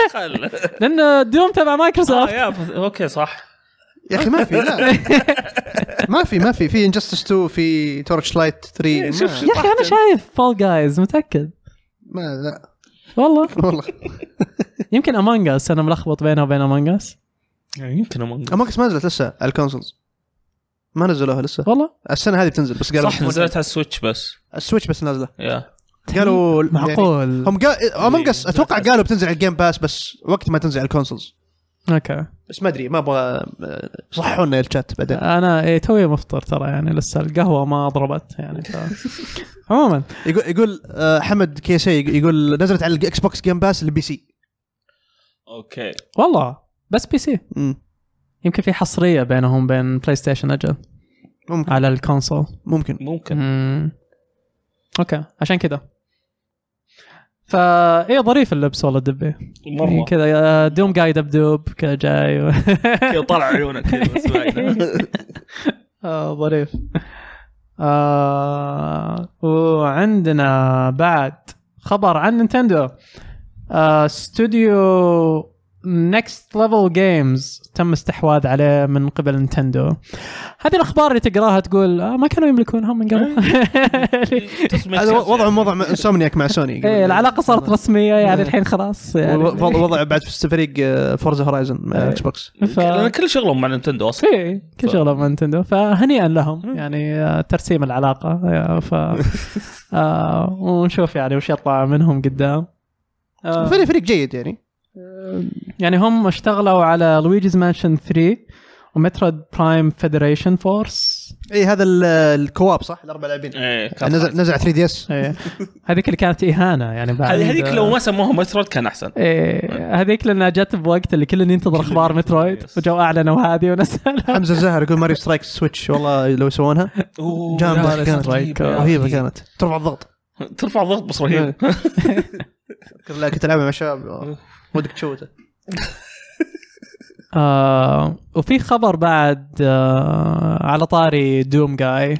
S3: دخل
S1: لان دوم تبع
S3: آه،
S1: مايكروسوفت
S3: يا بس- اوكي صح
S2: يا اخي ما في لا ما في ما في في انجستس 2 في تورتش لايت 3
S3: إيه، شوف
S2: ما-
S3: شوف.
S1: يا اخي انا شايف فول جايز متاكد
S2: ما لا
S1: والله
S2: والله
S1: يمكن امانج اس انا ملخبط بينها وبين امانج اس
S3: يعني يمكن أمونج أس.
S2: اماكس ما نزلت لسه على الكونسولز ما نزلوها لسه
S1: والله
S2: السنه هذه بتنزل بس قالوا
S3: صح نزلت على السويتش بس
S2: السويتش بس نازله
S3: يا
S2: قالوا يعني
S1: معقول
S2: هم قال امونج اس
S3: إيه،
S2: اتوقع
S3: نزلت.
S2: قالوا بتنزل على الجيم باس بس وقت ما تنزل على الكونسولز
S1: اوكي
S2: بس ما ادري ما ابغى صححوا لنا الشات
S3: آه.
S2: بعدين
S1: انا إيه توي مفطر ترى يعني لسه القهوه ما ضربت يعني ف... عموما
S2: يقول يقول آه، حمد كيسي يقول نزلت على الاكس بوكس جيم باس البي سي
S3: اوكي
S1: والله بس بي سي
S2: مم.
S1: يمكن في حصريه بينهم بين بلاي ستيشن اجل
S2: ممكن
S1: على الكونسول
S2: ممكن
S3: ممكن
S1: مم. اوكي عشان كذا فا ايه ظريف اللبس والله الدبي
S3: مره
S1: كذا آه، دوم جاي دبدوب كذا جاي و...
S3: كذا طلع عيونك كذا بس بعد.
S1: آه، ظريف آه وعندنا بعد خبر عن نينتندو آه، استوديو نكست ليفل جيمز تم استحواذ عليه من قبل نينتندو هذه الاخبار اللي تقراها تقول آه ما كانوا يملكونها من قبل
S3: إيه. تسمع
S2: هذا
S3: الشمس
S2: وضع
S3: يعني.
S2: وضع سومنياك مع سوني
S1: ايه العلاقه صارت رسميه يعني الحين خلاص يعني
S2: وضع وضع بعد في فريق آه، فورزا هورايزن مع
S1: إيه.
S2: الاكس بوكس
S1: ف-
S3: لأن كل شغلهم مع نينتندو اصلا
S1: في إيه، كل
S3: ف- إيه.
S1: شغله مع نينتندو فهنيئا لهم يعني آه، ترسيم العلاقه آه، ف آه، ونشوف يعني وش يطلع منهم قدام آه،
S2: فريق فريق جيد يعني
S1: يعني هم اشتغلوا على لويجيز مانشن 3 ومترد برايم فيدريشن فورس
S2: اي إيه، هذا ال- الكواب صح الاربع لاعبين
S3: ايه كان
S2: نزل نزل على 3 دي اس
S1: إيه. هذيك اللي كانت اهانه يعني بعد
S3: هذه- هذيك لو ما سموها مترويد كان احسن
S1: إيه، هذيك لانها جت بوقت اللي كلنا ينتظر اخبار مترويد
S3: يس.
S1: وجو اعلنوا هذه ونسال
S2: حمزه الزهر يقول ماريو سترايك سويتش والله لو يسوونها
S3: أوه، يا
S2: جامده
S3: أخي،
S2: كانت
S3: رهيبة يا
S2: رهيبه
S3: أخي.
S2: كانت ترفع الضغط
S3: ترفع الضغط بس رهيب
S2: أذكر لا كنت العبها مع شباب آه، ودك تشوته
S1: آه وفي خبر بعد آه على طاري دوم جاي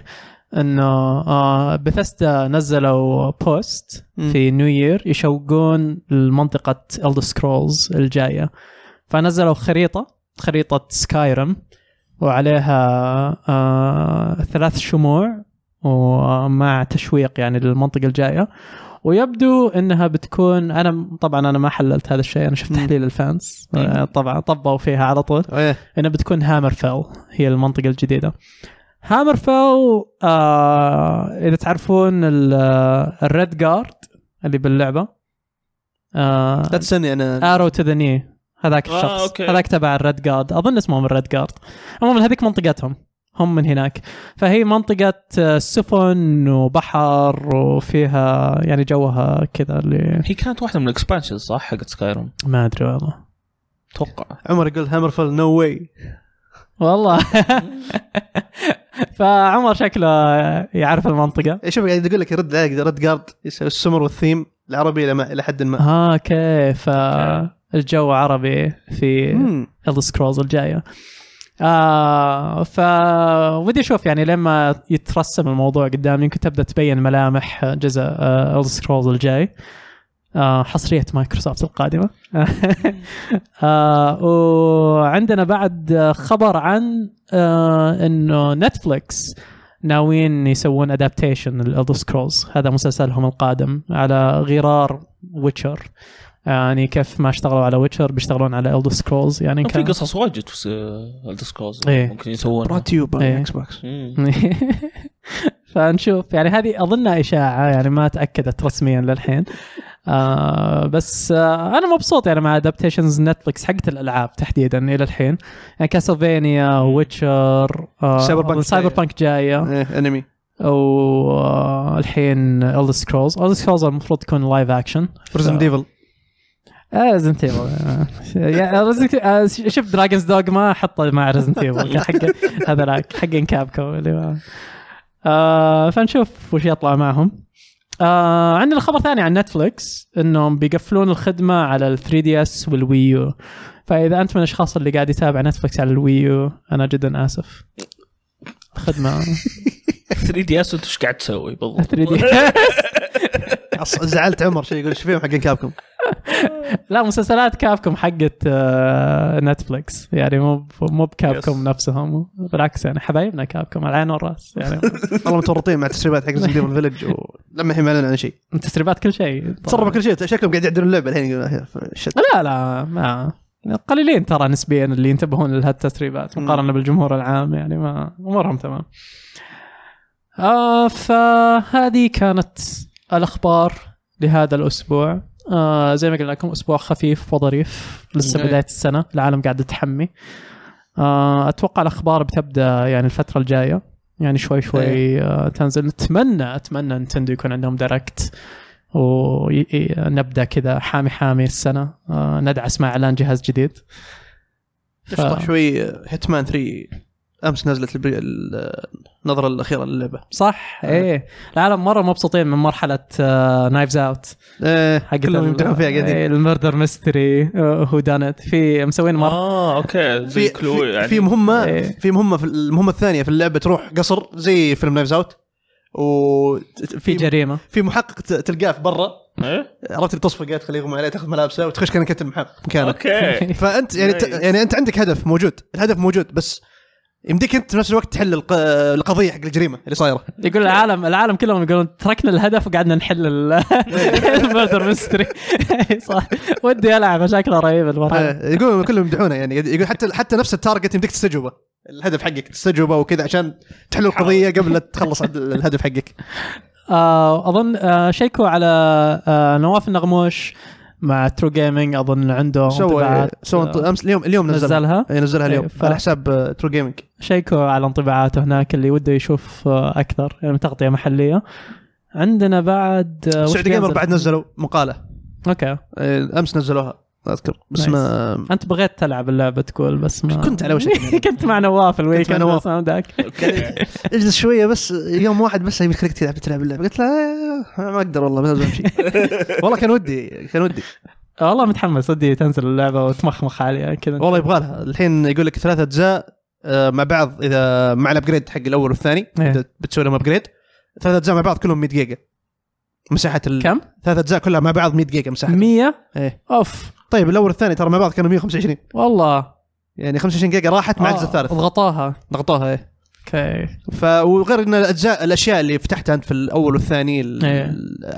S1: انه آه بثستا نزلوا بوست
S2: مم.
S1: في نيو يير يشوقون لمنطقه الدر سكرولز الجايه فنزلوا خريطه خريطه سكايرم وعليها آه ثلاث شموع ومع تشويق يعني للمنطقه الجايه ويبدو انها بتكون انا طبعا انا ما حللت هذا الشيء انا شفت تحليل الفانس آه، طبعا طبوا فيها على طول
S2: ايه
S1: انها بتكون هامرفيل هي المنطقه الجديده هامرفيل آه اذا تعرفون آه، الريد جارد اللي باللعبه آه
S2: لا تسالني انا
S1: ارو تو ذا ني هذاك
S3: آه،
S1: الشخص
S3: أوكي.
S1: هذاك تبع الريد جارد اظن اسمهم الريد جارد عموما هذيك منطقتهم هم من هناك فهي منطقة آه، سفن وبحر وفيها يعني جوها كذا اللي
S3: هي كانت واحده من الاكسبانشن صح حقت سكايروم
S1: ما ادري والله
S3: اتوقع
S2: عمر يقول هامرفل نو واي
S1: والله فعمر شكله يعرف المنطقة
S2: إيه، شوف قاعد اقول لك يرد عليك رد جارد يسوي السمر والثيم العربي إلى ما- الى حد ما
S1: اه اوكي فالجو عربي في
S2: مم.
S1: الدر سكرولز الجايه آه ف ودي اشوف يعني لما يترسم الموضوع قدامي يمكن تبدا تبين ملامح جزء الدر سكرولز الجاي آه حصريه مايكروسوفت القادمه آه وعندنا بعد آه، خبر عن آه انه نتفليكس ناويين يسوون ادابتيشن للالدر سكرولز هذا مسلسلهم القادم على غرار ويتشر يعني كيف ما اشتغلوا على ويتشر بيشتغلون على الدر سكرولز يعني
S3: في
S1: كان-
S3: قصص واجد في الدر سكرولز
S1: إيه.
S3: ممكن يسوونها
S2: براتيوب على
S1: إيه.
S2: الاكس بوكس
S3: مم.
S1: فنشوف يعني هذه اظنها اشاعه يعني ما تاكدت رسميا للحين آه بس آه انا مبسوط يعني مع ادابتيشنز نتفلكس حقت الالعاب تحديدا الى الحين يعني آه، كاسلفينيا ويتشر
S2: سايبر بانك
S1: سايبر بانك جايه
S2: ايه انمي
S1: آه، والحين الدر سكرولز الدر سكرولز المفروض تكون لايف اكشن
S2: بريزن ديفل
S1: آه ريزنت ايفل آه، شوف دراجونز دوغ ما حطه مع ريزنت ايفل حق هذا لاك حق كابكو اللي ما- آه فنشوف وش يطلع معهم آه عندنا خبر ثاني عن نتفلكس انهم بيقفلون الخدمه على ال 3 دي اس والويو فاذا انت من الاشخاص اللي قاعد يتابع نتفلكس على الويو انا جدا اسف الخدمه
S3: 3 دي اس انت ايش قاعد تسوي بالضبط
S1: 3 دي
S2: أص- زعلت عمر شيء يقول ايش فيهم حقين كابكم
S1: لا مسلسلات كابكم حقت آه، نتفليكس يعني مو ب- مو بكابكم
S3: Yes.
S1: نفسهم بالعكس يعني حبايبنا كابكم على العين والراس يعني
S2: والله متورطين مع تسريبات حق ريزن ديفل فيلج ولما الحين ما اعلنوا عن شيء
S1: تسريبات كل شيء
S2: تصرفوا كل شيء شكلهم قاعد يعدلون اللعبه الحين يقولون شت
S1: لا لا ما قليلين ترى نسبيا اللي ينتبهون لهالتسريبات
S2: مم.
S1: مقارنه بالجمهور العام يعني ما امورهم تمام. آه فهذه كانت الاخبار لهذا الاسبوع آه زي ما قلنا لكم اسبوع خفيف وظريف لسه
S3: إيه.
S1: بدايه السنه العالم قاعده تحمي آه اتوقع الاخبار بتبدا يعني الفتره الجايه يعني شوي شوي آه تنزل نتمنى اتمنى نتندو يكون عندهم دايركت ونبدا كذا حامي حامي السنه آه، ندعس مع اعلان جهاز جديد
S2: قشطة شوي هيتمان 3 امس نزلت الب- ال- النظره الاخيره للعبه
S1: صح ايه العالم مره مبسوطين من آه، مرحله نايفز اوت
S2: ايه
S1: حق
S2: كلهم يمدحون فيها
S1: إيه،
S2: قاعدين
S1: المردر ميستري آه، هو دانت في مسوين
S2: آه،
S1: مره
S3: اه اوكي زي
S2: في
S3: كلو
S2: في-
S3: يعني
S2: في مهمه
S1: إيه.
S2: في مهمه في المهمه الثانيه في اللعبه تروح قصر زي فيلم نايفز اوت و
S1: في
S2: في
S1: جريمه
S2: في محقق ت- تلقاه في برا
S3: إيه؟
S2: عرفت اللي تصفق قاعد تخليه يغمى عليه تاخذ ملابسه وتخش كانك انت المحقق مكانك
S3: اوكي
S2: فانت يعني ت-
S3: Nice.
S2: يعني انت عندك هدف موجود الهدف موجود بس يمديك انت في نفس الوقت تحل الق- القضيه حق الجريمه اللي صايره
S1: يقول العالم العالم كلهم يقولون تركنا الهدف وقعدنا نحل ال- المردر ميستري صح ودي العب شكله رهيب المرحله
S2: آه، يقولون كلهم يمدحونه يعني يقول حتى حتى نفس التارجت يمديك تستجوبه الهدف حقك تستجوبه وكذا عشان تحل القضيه قبل لا تخلص عند ال- الهدف حقك
S1: آه، اظن آه، شيكوا على آه، نواف النغموش مع ترو جيمنج اظن عنده
S2: سوى
S1: انطباعات
S2: سوى
S1: آه،
S2: امس اليوم اليوم نزلها
S1: نزلها
S2: اي نزلها اليوم
S1: إيه، ف-
S2: على حساب آه، ترو جيمنج
S1: شيكوا على انطباعاته هناك اللي وده يشوف آه، اكثر يعني تغطيه محليه عندنا بعد آه، وش
S2: سعودي جيمر
S1: بينزل؟
S2: بعد نزلوا مقاله
S1: اوكي
S2: آه، امس نزلوها ما اذكر بس
S1: Nice.
S2: ما
S1: انت بغيت تلعب اللعبه تقول بس ما
S2: كنت على وشك
S1: كنت مع نواف الويكند
S2: مع نواف.
S1: بس ما بداك.
S3: اوكي
S2: اجلس شويه بس يوم واحد بس يبي يخليك تلعب تلعب اللعبه قلت له آه، ما اقدر والله لازم امشي والله كان ودي كان ودي
S1: والله متحمس ودي تنزل اللعبه وتمخمخ عليها كذا
S2: والله يبغى لها الحين يقول لك ثلاثة اجزاء آه، مع بعض اذا مع الابجريد حق الاول والثاني
S1: إيه.
S2: إذا بتسوي لهم ابجريد ثلاثة اجزاء مع بعض كلهم 100 جيجا مساحه ال...
S1: كم؟
S2: ثلاثة اجزاء كلها مع بعض 100 جيجا مساحه
S1: 100
S2: ايه
S1: اوف
S2: طيب الاول والثاني ترى مع بعض كانوا 125
S1: والله
S2: يعني 25 جيجا راحت مع
S1: آه،
S2: الجزء الثالث
S1: ضغطوها إيه.
S2: ضغطوها ايه
S1: اوكي
S2: ف وغير ان الاجزاء الاشياء اللي فتحتها انت في الاول والثاني ال-
S1: إيه.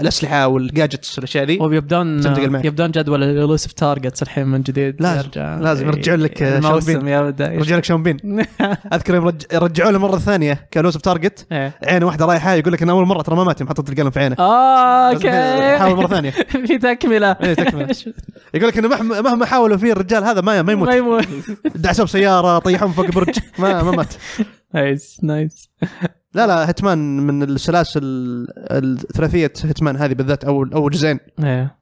S2: الاسلحه والجادجتس والاشياء ذي
S1: وبيبدون
S2: تنتقل معك.
S1: يبدون جدول الالوسيف تارجتس الحين من جديد
S2: لازم-
S1: يرجع- إيه،
S2: لازم يرجعوا لك، آه،
S1: الموسم
S2: شامبين.
S1: يبدا
S2: رجع لك شامبين اذكر يوم رج- رجعوا له مره ثانيه كان لوسف تارجت
S1: إيه.
S2: عين واحده رايحه يقول لك انا اول مره ترى ما ماتي محطه القلم في عينه
S1: اه
S2: لازم حاول مره
S1: اوكي
S2: ثانيه
S1: في تكمله
S2: إيه، تكملة. يقول لك انه مهما مهما حاولوا فيه الرجال هذا ما ما
S1: ما
S2: يموت
S1: يموت
S2: دعسوا بسياره طيحهم فوق برج ما ما مات
S1: نايس نايس
S2: لا لا هتمان من السلاسل الثلاثيه هتمان هذه بالذات اول اول جزئين
S1: إيه.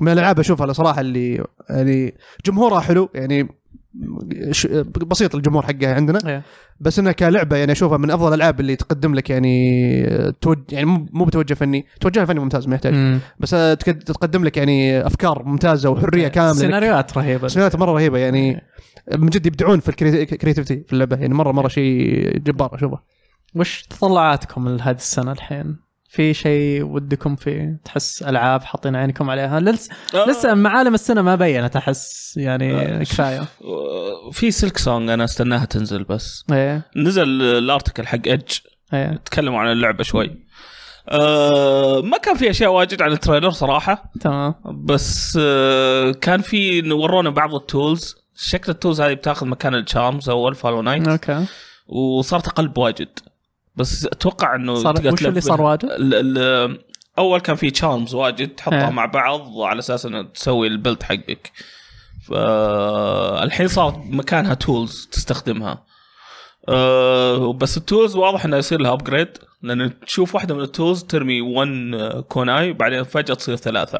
S2: من الالعاب اشوفها صراحه اللي يعني جمهورها حلو يعني ش- بسيط الجمهور حقها عندنا
S1: إيه.
S2: بس انها كلعبه يعني اشوفها من افضل الالعاب اللي تقدم لك يعني توج يعني مو مو بتوجه فني، توجهها فني ممتاز ما يحتاج
S1: مم.
S2: بس تقد- تقدم لك يعني افكار ممتازه وحريه كامله لك.
S1: سيناريوهات رهيبه
S2: سيناريوهات مره رهيبه يعني
S1: إيه.
S2: من جد يبدعون في الكريتيفيتي في اللعبه يعني مره مره شيء جبار اشوفه
S1: وش تطلعاتكم لهذه السنه الحين؟ في شيء ودكم فيه تحس العاب حاطين عينكم عليها لسه لسه معالم السنه ما بينت احس يعني
S3: آه،
S1: كفايه
S3: آه، في سلك سونج انا استناها تنزل بس
S1: ايه
S3: نزل الارتكل حق ايدج
S1: ايه
S3: تكلموا عن اللعبه شوي آه ما كان في اشياء واجد عن التريلر صراحه
S1: تمام
S3: بس آه كان في إنه ورونا بعض التولز شكل التولز هذه بتاخذ مكان الشارمز اول فالو نايت
S1: اوكي
S3: وصارت اقل بواجد بس اتوقع انه
S1: صار
S3: تقدر
S1: وش اللي
S3: تلفلها.
S1: صار واجد؟
S3: ال- ال- اول كان في تشارمز واجد
S1: إيه.
S3: تحطها مع بعض على اساس انه تسوي البلد حقك فالحين صار مكانها تولز تستخدمها أه، بس التولز واضح انه يصير لها ابجريد لان تشوف واحده من التولز ترمي 1 كوناي بعدين فجاه تصير ثلاثه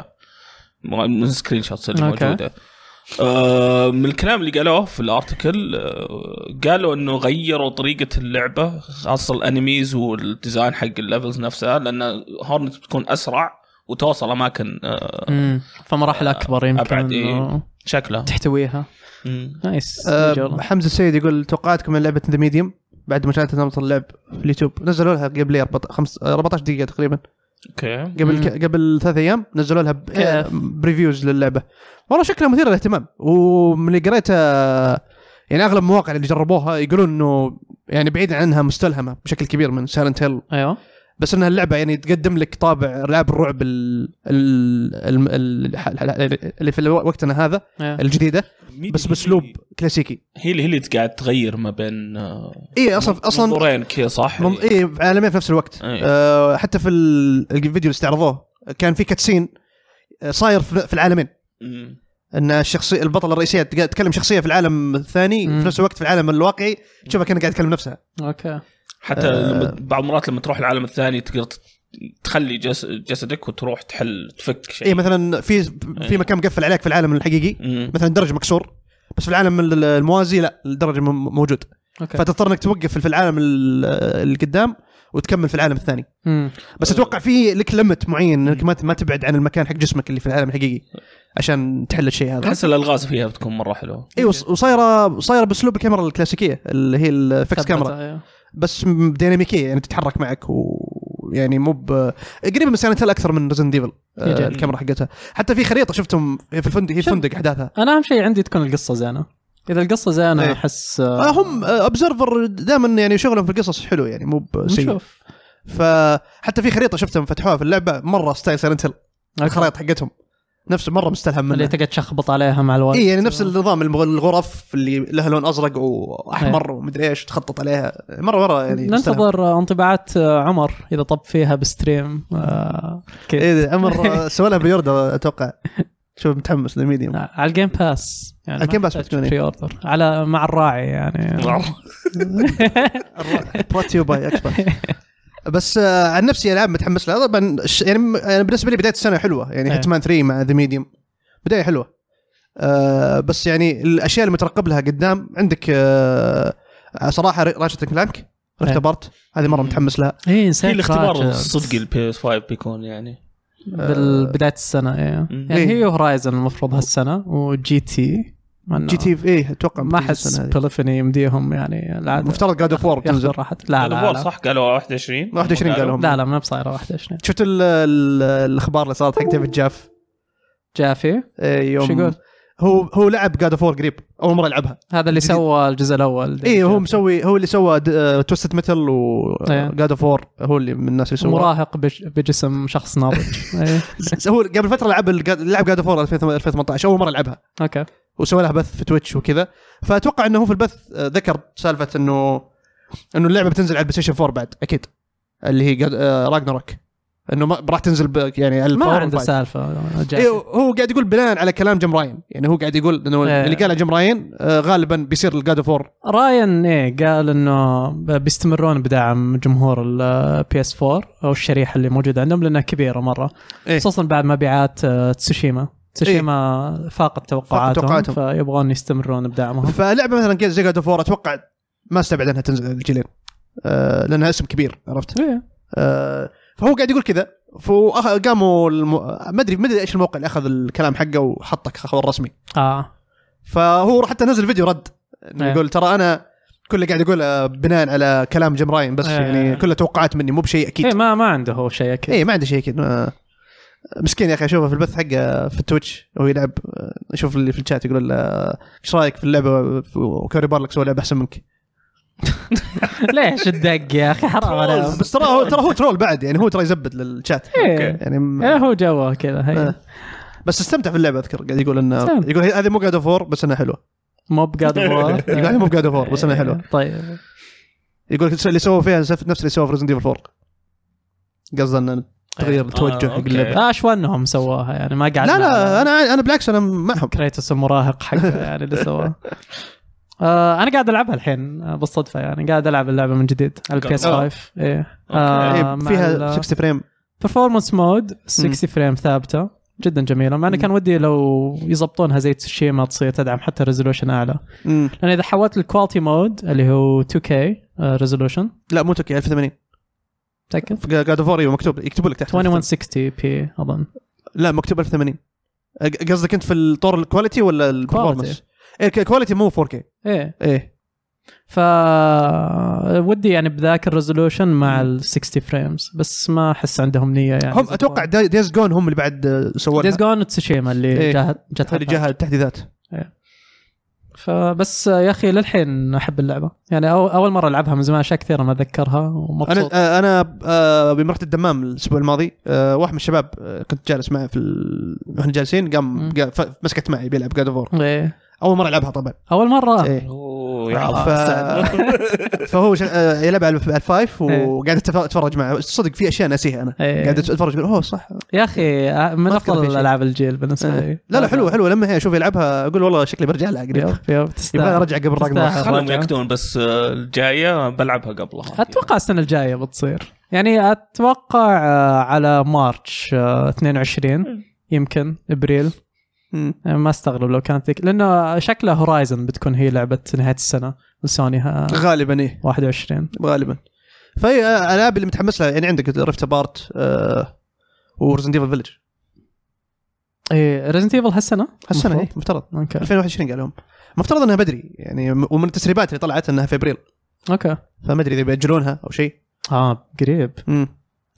S3: من سكرين شوتس اللي
S1: أوكي.
S3: موجوده أه، من الكلام اللي قالوه في الارتكل أه، قالوا انه غيروا طريقه اللعبه خاصه الانميز والديزاين حق الليفلز نفسها لان هورنت بتكون اسرع وتوصل اماكن أه،
S1: امم فمراحل اكبر يمكن
S3: أبعد، إيه.
S1: إنه
S3: شكلها
S1: تحتويها آه،
S3: مم.
S1: نايس
S2: أه،
S1: إن شاء الله.
S2: حمزه السيد يقول توقعاتكم من لعبه ذا ميديوم بعد مشاهده نمط اللعب في اليوتيوب نزلوا لها قبل 14 دقيقه تقريبا
S3: اوكي
S2: قبل
S1: مم.
S2: ك- قبل ثلاث ايام نزلوا لها ب-
S1: كيف؟
S2: بريفيوز للعبه والله شكلها مثير للاهتمام ومن اللي قريته يعني اغلب المواقع اللي جربوها يقولون انه يعني بعيد عنها مستلهمه بشكل كبير من سايلنت هيل
S1: ايوه
S2: بس انها اللعبه يعني تقدم لك طابع العاب الرعب ال- ال- ال- ال- ال- اللي في الو- وقتنا هذا
S1: إيه.
S2: الجديده بس باسلوب كلاسيكي إيه،
S3: هي اللي هي اللي قاعد تغير ما بين آه،
S2: اي اصلا اصلا
S3: منظورين كذا صح؟
S2: من- اي عالمين في نفس الوقت
S3: إيه.
S2: آه حتى في ال- الفيديو اللي استعرضوه كان في كاتسين آه، صاير في في العالمين
S3: مم.
S2: ان الشخصيه البطله الرئيسيه تق- تكلم شخصيه في العالم الثاني
S1: مم.
S2: في نفس الوقت في العالم الواقعي تشوفها كانها قاعد تكلم نفسها
S1: اوكي
S3: حتى
S2: آه.
S3: لما- بعض المرات لما تروح العالم الثاني تقدر ت- تخلي جس- جسدك وتروح تحل تفك شيء
S1: إيه،
S2: اي مثلا في في
S3: إيه.
S2: مكان مقفل عليك في العالم الحقيقي
S3: مم.
S2: مثلا درج مكسور بس في العالم ال- الموازي لا الدرج م- موجود
S1: اوكي
S2: فتضطر انك توقف في العالم ال- اللي قدام وتكمل في العالم الثاني
S1: مم.
S2: بس اتوقع في لك لمت معين انك ما ت- ما تبعد عن المكان حق جسمك اللي في العالم الحقيقي عشان تحل الشيء هذا
S3: احس الالغاز فيها بتكون مره حلوه
S2: اي وص- وصايره صايره باسلوب الكاميرا الكلاسيكيه اللي هي الفكس
S1: ثبت،
S2: كاميرا
S1: أيوة.
S2: بس م- ديناميكيه يعني تتحرك معك و يعني مو ب... قريبه من سايلنت اكثر من ريزن ديفل
S1: يجي.
S2: الكاميرا حقتها حتى في خريطه شفتهم هي في الفندق هي
S1: شوف.
S2: الفندق احداثها
S1: انا اهم شيء عندي تكون القصه زينه اذا القصه زينه
S2: إيه.
S1: احس
S2: آه هم اوبزرفر دائما يعني شغلهم في القصص حلو يعني مو بسيء
S1: نشوف
S2: فحتى في خريطه شفتهم فتحوها في اللعبه مره ستايل سايلنت هيل الخرائط حقتهم نفس مره مستلهم منها
S1: اللي تقعد تشخبط عليها مع الوقت
S2: اي يعني نفس النظام المغ- الغرف اللي لها لون ازرق واحمر ومدري ايش تخطط عليها مره مره يعني مستلهم.
S1: إيه. ننتظر آه، انطباعات عمر اذا طب فيها بستريم آه، كذا
S2: اي عمر سوى لها بيوردر اتوقع شوف متحمس للميديوم
S1: على الجيم باس يعني
S2: الجيم باس بتكون إيه.
S1: بري اوردر على مع الراعي يعني
S3: نعم.
S2: براتيو باي اكسبرت بس آه، عن نفسي العاب متحمس لها طبعا ش- يعني م- يعني بالنسبه لي بدايه السنه حلوه يعني
S1: إيه.
S2: هيتمان 3 مع ذا ميديوم بدايه حلوه آه بس يعني الاشياء اللي مترقب لها قدام عندك آه صراحه راشد كلانك
S1: إيه.
S2: اختبرت هذه مره
S3: مم.
S2: متحمس لها
S1: اي
S3: في
S1: نسيت
S3: الاختبار
S1: Ratchet.
S3: صدق البي اس 5 بيكون يعني
S1: بالبدايه السنه ايه
S3: مم.
S1: يعني
S2: إيه.
S1: هي وهورايزن المفروض هالسنه وجي تي
S2: جي تي ايه اتوقع
S1: نعم. ما
S2: بتنزل
S1: احس
S2: السنة هذه.
S1: بوليفوني يمديهم يعني العاده
S2: مفترض جاد اوف وور
S1: ياخذون
S2: تنزل
S1: راحت لا لا
S3: الأول
S1: لا
S3: صح قالوا 21
S2: 21 قالوا هم
S1: لا لا ما بصايره 21
S2: شفت ال- ال- الاخبار اللي صارت حق ديفيد جاف
S1: جافي
S2: إيه، يوم
S1: وش يقول؟
S2: هو هو لعب جاد اوف وور قريب اول مره يلعبها
S1: هذا اللي سوى الجزء الاول
S2: اي إيه، هو مسوي هو اللي سوى آه، توستد ميتال
S1: إيه.
S2: وجاد اوف وور هو اللي من الناس اللي سوى
S1: مراهق بج- بجسم شخص ناضج إيه.
S2: هو قبل فتره لعب الجاد- لعب جاد اوف وور 2018 اول مره يلعبها
S1: اوكي
S2: وسوى لها بث في تويتش وكذا فاتوقع انه هو في البث آه، ذكر سالفه انه انه اللعبه بتنزل على البلاي 4 بعد اكيد اللي هي راجنروك انه ما راح تنزل ب- يعني على
S1: ما
S2: الفور
S1: عنده
S2: والفايف.
S1: سالفه جاهز.
S2: إيه هو قاعد يقول بناء على كلام جيم راين يعني هو قاعد يقول انه
S1: إيه.
S2: اللي قاله جيم راين آه، غالبا بيصير الجاد اوف وور
S1: راين ايه قال انه بيستمرون بدعم جمهور البي اس 4 او الشريحه اللي موجوده عندهم لانها كبيره مره
S2: إيه.
S1: خصوصا بعد مبيعات آه، تسوشيما تسوشيما فاقت توقعاتهم,
S2: توقعاتهم.
S1: فيبغون يستمرون بدعمهم
S2: فلعبه مثلا جيز زي جاد اوف وور اتوقع ما استبعد انها تنزل الجيلين آه، لانها اسم كبير عرفت
S1: إيه.
S2: آه، فهو قاعد يقول كذا فقاموا الم... ما ادري ما ادري ايش الموقع اللي اخذ الكلام حقه وحطك خبر رسمي
S1: اه
S2: فهو حتى نزل فيديو رد إنه
S1: إيه.
S2: يقول ترى انا كل اللي قاعد اقول آه، بناء على كلام جيم راين بس
S1: إيه.
S2: يعني كلها توقعات مني مو بشيء اكيد
S1: ايه ما ما عنده هو شيء اكيد
S2: اي ما عنده شيء اكيد ما- مسكين يا اخي اشوفه في البث حقه في التويتش وهو يلعب اشوف اللي في الشات يقول له ايش رايك في اللعبه وكاري بارلك سوى لعبه احسن منك إيه.
S1: ليش الدق يا اخي حرام عليهم
S2: بس ترى هو ترى هو ترول بعد يعني هو ترى يزبد للشات
S1: ايه
S2: يعني م-
S1: إيه، هو جوه كذا هي
S2: آه. بس استمتع في اللعبه اذكر قاعد يقول انه
S1: استمتع.
S2: يقول هذه مو جاد اوف وور بس انها حلوه
S1: مو بقاد
S2: يقول هذه يعني مو جاد اوف وور بس انها حلوه
S1: إيه. طيب
S2: يقول اللي سووا فيها نفس نفس اللي سووه في ريزن ايفل 4 قصده ان تغيير التوجه حق
S3: أوكي.
S2: اللعبه
S1: لا شو انهم آه، سووها يعني ما قعدنا
S2: لا
S1: على-
S2: لا انا انا بالعكس انا معهم
S1: كريتوس المراهق حقه يعني اللي سواه آه انا قاعد العبها الحين آه، بالصدفه يعني قاعد العب اللعبه من جديد على البي اس 5 ايه
S3: أوكي.
S1: آه،
S2: إيه،
S1: مع
S2: فيها
S1: ال-
S2: 60 فريم
S1: برفورمانس مود 60 فريم ثابته جدا جميله مع اني كان ودي لو يضبطونها زي تسوشيما تصير تدعم حتى ريزولوشن اعلى
S2: مم.
S1: لان اذا حولت الكواليتي مود اللي هو آه، 2K ريزولوشن
S2: لا مو توكي 1080
S1: تاكد
S2: جاد اوف وور أيوة، مكتوب يكتبوا لك تحت
S1: 2160 بي اظن
S2: لا مكتوب 1080 أق- قصدك انت في الطور الكواليتي ولا البرفورمانس؟ ايه كواليتي مو 4K
S1: ايه
S2: ايه
S1: ف ودي يعني بذاك الريزولوشن مع ال 60 فريمز بس ما احس عندهم نيه يعني
S2: هم اتوقع دايز جون هم اللي بعد آه، سووا
S1: دايز
S2: لها.
S1: جون تسوشيما اللي
S2: إيه.
S1: جاهد جت
S2: اللي جاها التحديثات
S1: فبس يا اخي للحين احب اللعبه يعني أو اول مره العبها من زمان اشياء كثيره ما اتذكرها
S2: انا
S1: ومبسوط
S2: آه، انا آه، بيوم رحت الدمام الاسبوع الماضي آه، واحد من الشباب آه، كنت جالس معه في ال- واحنا جالسين
S1: مم.
S2: قام قا- ف- مسكت معي بيلعب جاد اوف
S1: إيه.
S2: اول مره العبها طبعا
S1: اول مره
S2: إيه.
S3: اوه
S1: آه،
S3: يا
S2: ف...
S3: عظمة.
S2: فهو ش... آه، يلعب على على الفايف
S1: إيه.
S2: وقاعد أتف- اتفرج معه صدق في اشياء ناسيها انا
S1: إيه.
S2: قاعد اتفرج اقول اوه صح
S1: يا اخي من
S2: ما أذكر في
S1: افضل
S2: شيء. إيه.
S1: العاب الجيل بالنسبه لي
S2: لا لا حلوه حلوه لما هي اشوف يلعبها اقول والله شكلي برجع لها قريب
S1: يب يب
S2: يبغى
S1: تستاهل
S2: ارجع قبل راجنر
S1: تستاهل.
S3: خلهم يكتون بس آه، الجايه بلعبها قبلها
S1: اتوقع السنه الجايه بتصير يعني اتوقع آه، على مارتش آه، 22 يمكن ابريل ما استغرب لو كانت ذيك لانه شكلها هورايزن بتكون هي لعبه نهايه السنه لسوني ها-
S2: غالبا ايه
S1: 21
S2: غالبا فهي آه، العاب اللي متحمس لها يعني عندك ريفت آه، ابارت ورزن ديفل فيلج
S1: ايه ريزنت ايفل هالسنه؟
S2: هالسنه ايه
S1: المفروض؟
S2: مفترض
S1: اوكي
S2: 2021 قالوا مفترض انها بدري يعني م- ومن التسريبات اللي طلعت انها في ابريل
S1: اوكي
S2: فما ادري اذا بياجلونها او شيء
S1: اه قريب
S2: مم.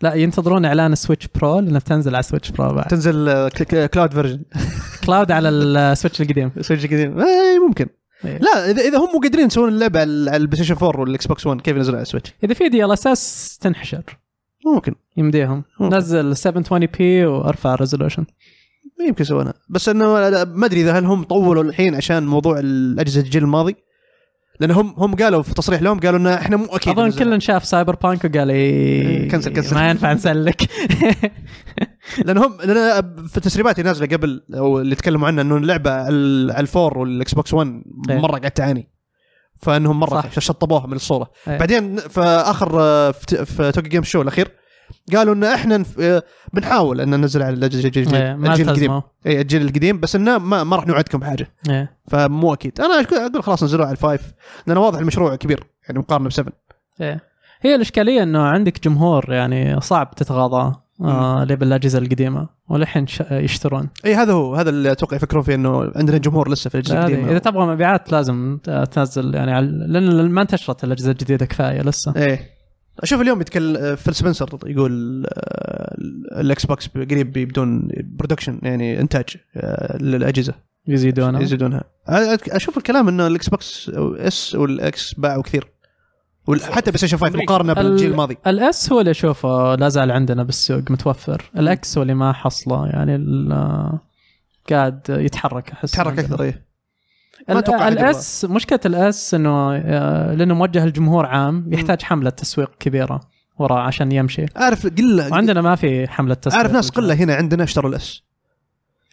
S1: لا ينتظرون اعلان سويتش برو لانها بتنزل على سويتش برو بعد
S2: تنزل آه، ك- ك- كلاود فيرجن
S1: كلاود على السويتش القديم
S2: سويتش قديم اي آه، يعني ممكن
S1: إيه.
S2: لا اذا اذا هم مو قادرين يسوون اللعبه على البلاي ستيشن 4 والاكس بوكس 1 كيف ينزلون على السويتش؟
S1: اذا في دي ال اس اس تنحشر
S2: ممكن
S1: يمديهم
S2: أوكي.
S1: نزل 720 بي وارفع الريزولوشن
S2: يمكن سوونها بس انه أنا ما ادري اذا هل هم طولوا الحين عشان موضوع الاجهزه الجيل الماضي لان هم هم قالوا في تصريح لهم قالوا ان احنا مو اكيد
S1: اظن
S2: ننزلها.
S1: كلنا شاف سايبر بانك وقال ايه
S2: إيه، كنسل- كنسل.
S1: ما ينفع نسلك إيه،
S2: لان هم لان أنا في التسريبات اللي نازله قبل او اللي تكلموا عنها انه اللعبه على ال- على الفور والاكس بوكس 1
S1: إيه.
S2: مره قاعد تعاني فانهم مره
S1: صح.
S2: شطبوها من الصوره
S1: إيه.
S2: بعدين في اخر آه، في ت- في توكي جيم شو الاخير قالوا ان احنا نف- آه، بنحاول ان ننزل على الجيل الجيل-
S1: إيه، ما
S2: الجيل القديم
S1: التزموا
S2: اي الجيل القديم بس انه ما, ما راح نوعدكم بحاجه
S1: إيه.
S2: فمو اكيد انا أقول- اقول خلاص نزلوه على الفايف لانه واضح المشروع كبير يعني مقارنه ب 7
S1: ايه هي الاشكاليه انه عندك جمهور يعني صعب تتغاضى آه ليه بالاجهزه القديمه ولحين ش- يشترون
S2: اي إيه، هذا هو هذا اللي اتوقع يفكرون فيه انه عندنا جمهور لسه في الاجهزه
S1: هذه-
S2: القديمه
S1: اذا تبغى مبيعات لازم ت- تنزل يعني على لان ما انتشرت الاجهزه الجديده كفايه لسه
S2: ايه اشوف اليوم يتكلم فيل سبنسر يقول آه، الاكس بوكس قريب بيبدون برودكشن يعني انتاج آه، للاجهزه
S1: يزيدونها
S2: يزيدونها أ- اشوف الكلام انه الاكس بوكس اس والاكس باعوا كثير وحتى بس 5
S3: أمريكا.
S2: مقارنه بالجيل الماضي
S1: الاس هو اللي اشوفه لا زال عندنا بالسوق متوفر الاكس هو اللي ما حصله يعني ال- قاعد يتحرك احس
S2: تحرك
S1: عندنا.
S2: اكثر إيه. ما أتوقع
S1: ال-
S2: حد يبغاه.
S1: الاس مشكله الاس انه آه، لانه موجه لجمهور عام يحتاج حمله تسويق كبيره وراه عشان يمشي
S2: اعرف قله
S1: وعندنا ما في حمله تسويق
S2: اعرف ناس قله هنا عندنا اشتروا الاس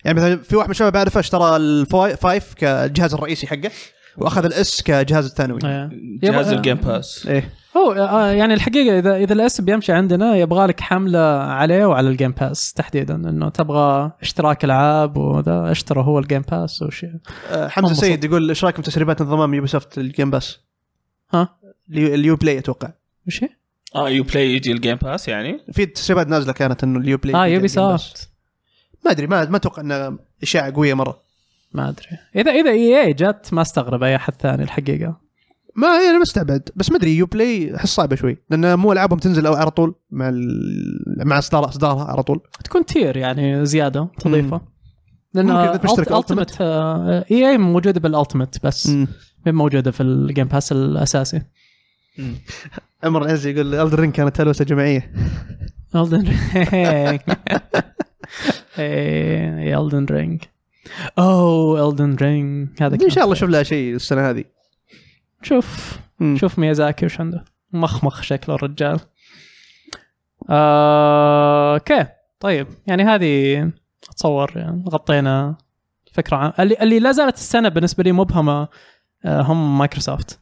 S2: يعني مثلا في واحد من الشباب اعرفه اشترى الفايف كالجهاز الرئيسي حقه واخذ الاس كجهاز الثانوي
S1: إيه.
S3: جهاز
S1: يبغى- إيه.
S3: الجيم باس
S2: ايه
S1: هو آه، يعني الحقيقه اذا اذا الاس بيمشي عندنا يبغى لك حمله عليه وعلى الجيم باس تحديدا انه تبغى اشتراك العاب وذا اشترى هو الجيم باس وشيء
S2: آه، حمزه
S1: انبسط.
S2: سيد يقول ايش رايكم تسريبات نظام يوبي سوفت الجيم باس؟
S1: ها؟
S2: اليو اليو بلاي اتوقع
S1: وش هي؟
S3: اه يو بلاي يجي الجيم باس يعني
S2: في تسريبات نازله كانت انه اليو بلاي
S1: اه
S2: بيجي
S1: يوبي
S2: الجيم باس.
S1: سوفت
S2: ما ادري ما ما اتوقع انه اشاعه قويه مره
S1: ما ادري اذا اذا اي اي إيه جت ما استغرب اي احد ثاني الحقيقه
S2: ما يعني مستبعد بس ما ادري يو بلاي احس صعبه شوي لان مو العابهم تنزل على طول مع ال- مع اصدار اصدارها على طول
S1: تكون تير يعني زياده تضيفه لان
S2: ممكن إذا بشترك
S1: التمت اي اي موجوده بالالتمت إيه بس
S2: مم.
S1: مو موجوده في الجيم باس الاساسي
S2: عمر العز يقول الدرين كانت هلوسه جماعيه
S1: Elden Ring. اي Elden Ring. اوه Elden Ring هذا
S2: ان شاء الله شوف لها شيء السنه هذه
S1: شوف
S2: مم.
S1: شوف ميازاكي وش عنده مخمخ شكله الرجال آه، اوكي طيب يعني هذه اتصور يعني غطينا فكره عام اللي, اللي لا زالت السنه بالنسبه لي مبهمه آه، هم مايكروسوفت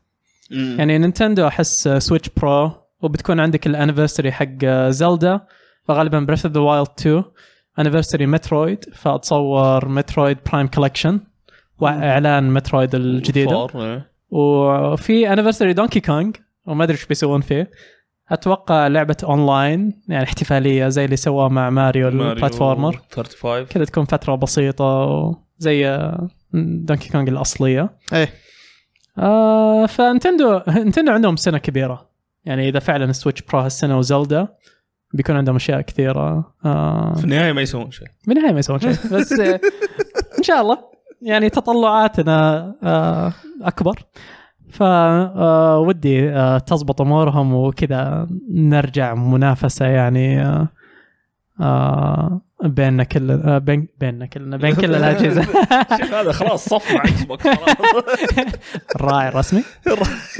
S3: مم.
S1: يعني نينتندو احس سويتش برو وبتكون عندك الانيفرساري حق آه، زلدا فغالبا بريث اوف ذا وايلد 2 انيفرساري مترويد فاتصور مترويد برايم كولكشن واعلان مترويد الجديده
S3: فور، إيه.
S1: وفي انيفرساري دونكي كونج وما ادري ايش بيسوون فيه اتوقع لعبه اونلاين يعني احتفاليه زي اللي سووها مع ماريو البلاتفورمر
S3: 35
S1: كذا تكون فتره بسيطه زي آه، دونكي كونج الاصليه
S2: ايه
S1: آه فنتندو نتندو عندهم سنه كبيره يعني اذا فعلا سويتش برو هالسنه وزلدا بيكون عندهم اشياء كثيره آه
S3: في النهايه ما يسوون شيء
S1: بالنهايه ما يسوون شيء بس آه ان شاء الله يعني تطلعاتنا آه اكبر فودي تزبط امورهم آه، وكذا نرجع منافسه يعني آه، آه بيننا كلنا آه، بين بيننا كلنا بين كل الاجهزه
S3: شوف هذا خلاص صف مع اكس بوكس
S2: إيه.
S3: خلاص.
S1: الراعي الرسمي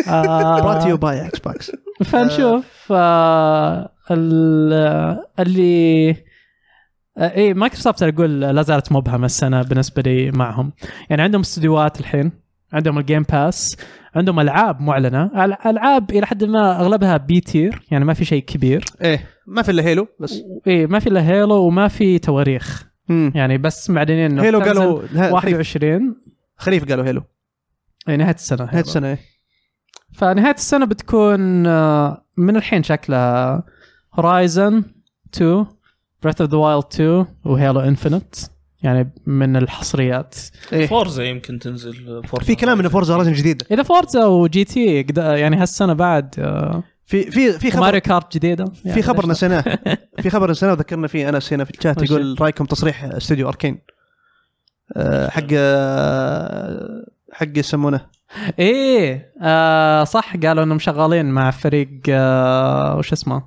S1: آه،
S2: براتيو باي اكس بوكس
S1: فنشوف آه ال- اللي آه، اي مايكروسوفت اقول لا زالت مبهمه السنه بالنسبه لي معهم يعني عندهم استديوهات الحين عندهم الجيم باس عندهم العاب معلنه أل- العاب الى حد ما اغلبها بي تير يعني ما في شيء كبير
S2: ايه ما في الا هيلو بس
S1: اي ما في الا هيلو وما في تواريخ
S2: مم.
S1: يعني بس معلنين انه
S2: هيلو
S1: بتنزل
S2: قالوا ها- خريف-
S1: 21
S2: خريف قالوا هيلو
S1: يعني نهايه السنه
S2: نهايه
S1: هيلو.
S2: السنه ايه
S1: فنهاية السنة بتكون آه، من الحين شكلها هورايزن 2 بريث اوف ذا وايلد 2 وهيلو انفنت يعني من الحصريات
S2: إيه.
S3: فورزا يمكن تنزل فورزا
S2: في كلام انه فورزا هورايزن جديده
S1: اذا فورتزا وجي تي يقد- يعني هالسنة بعد آه،
S2: في في في خبر
S1: ماريو كارت جديدة يعني
S2: في خبر
S1: ليش
S2: نسيناه في خبر نسيناه ذكرنا فيه انس هنا في الشات
S1: وش
S2: يقول رايكم تصريح استوديو اركين آه، حق آه، حق يسمونه
S1: لا؟ ايه آه صح قالوا انهم شغالين مع فريق آه وش اسمه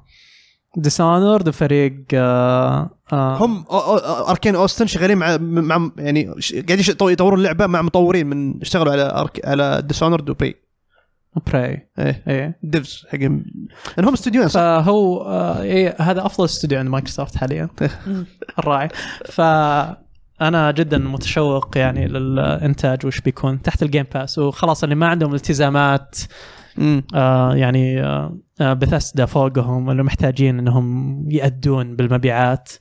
S1: ديسانورد وفريق آه آه
S2: هم أو- أو- أو- اركين اوستن شغالين مع مع يعني ش- قاعدين يش- يطورون لعبه مع مطورين من اشتغلوا على أرك على ديسونرد وبري
S1: براي
S2: ايه
S1: ايه
S2: ديفز حقهم لان هم استوديوين صح؟
S1: فهو آه إيه هذا افضل استوديو عند مايكروسوفت حاليا الراعي فانا جدا متشوق يعني للانتاج وش بيكون تحت الجيم باس وخلاص اللي ما عندهم التزامات
S2: مم.
S1: آه يعني آه بثسدا فوقهم اللي محتاجين انهم يأدون بالمبيعات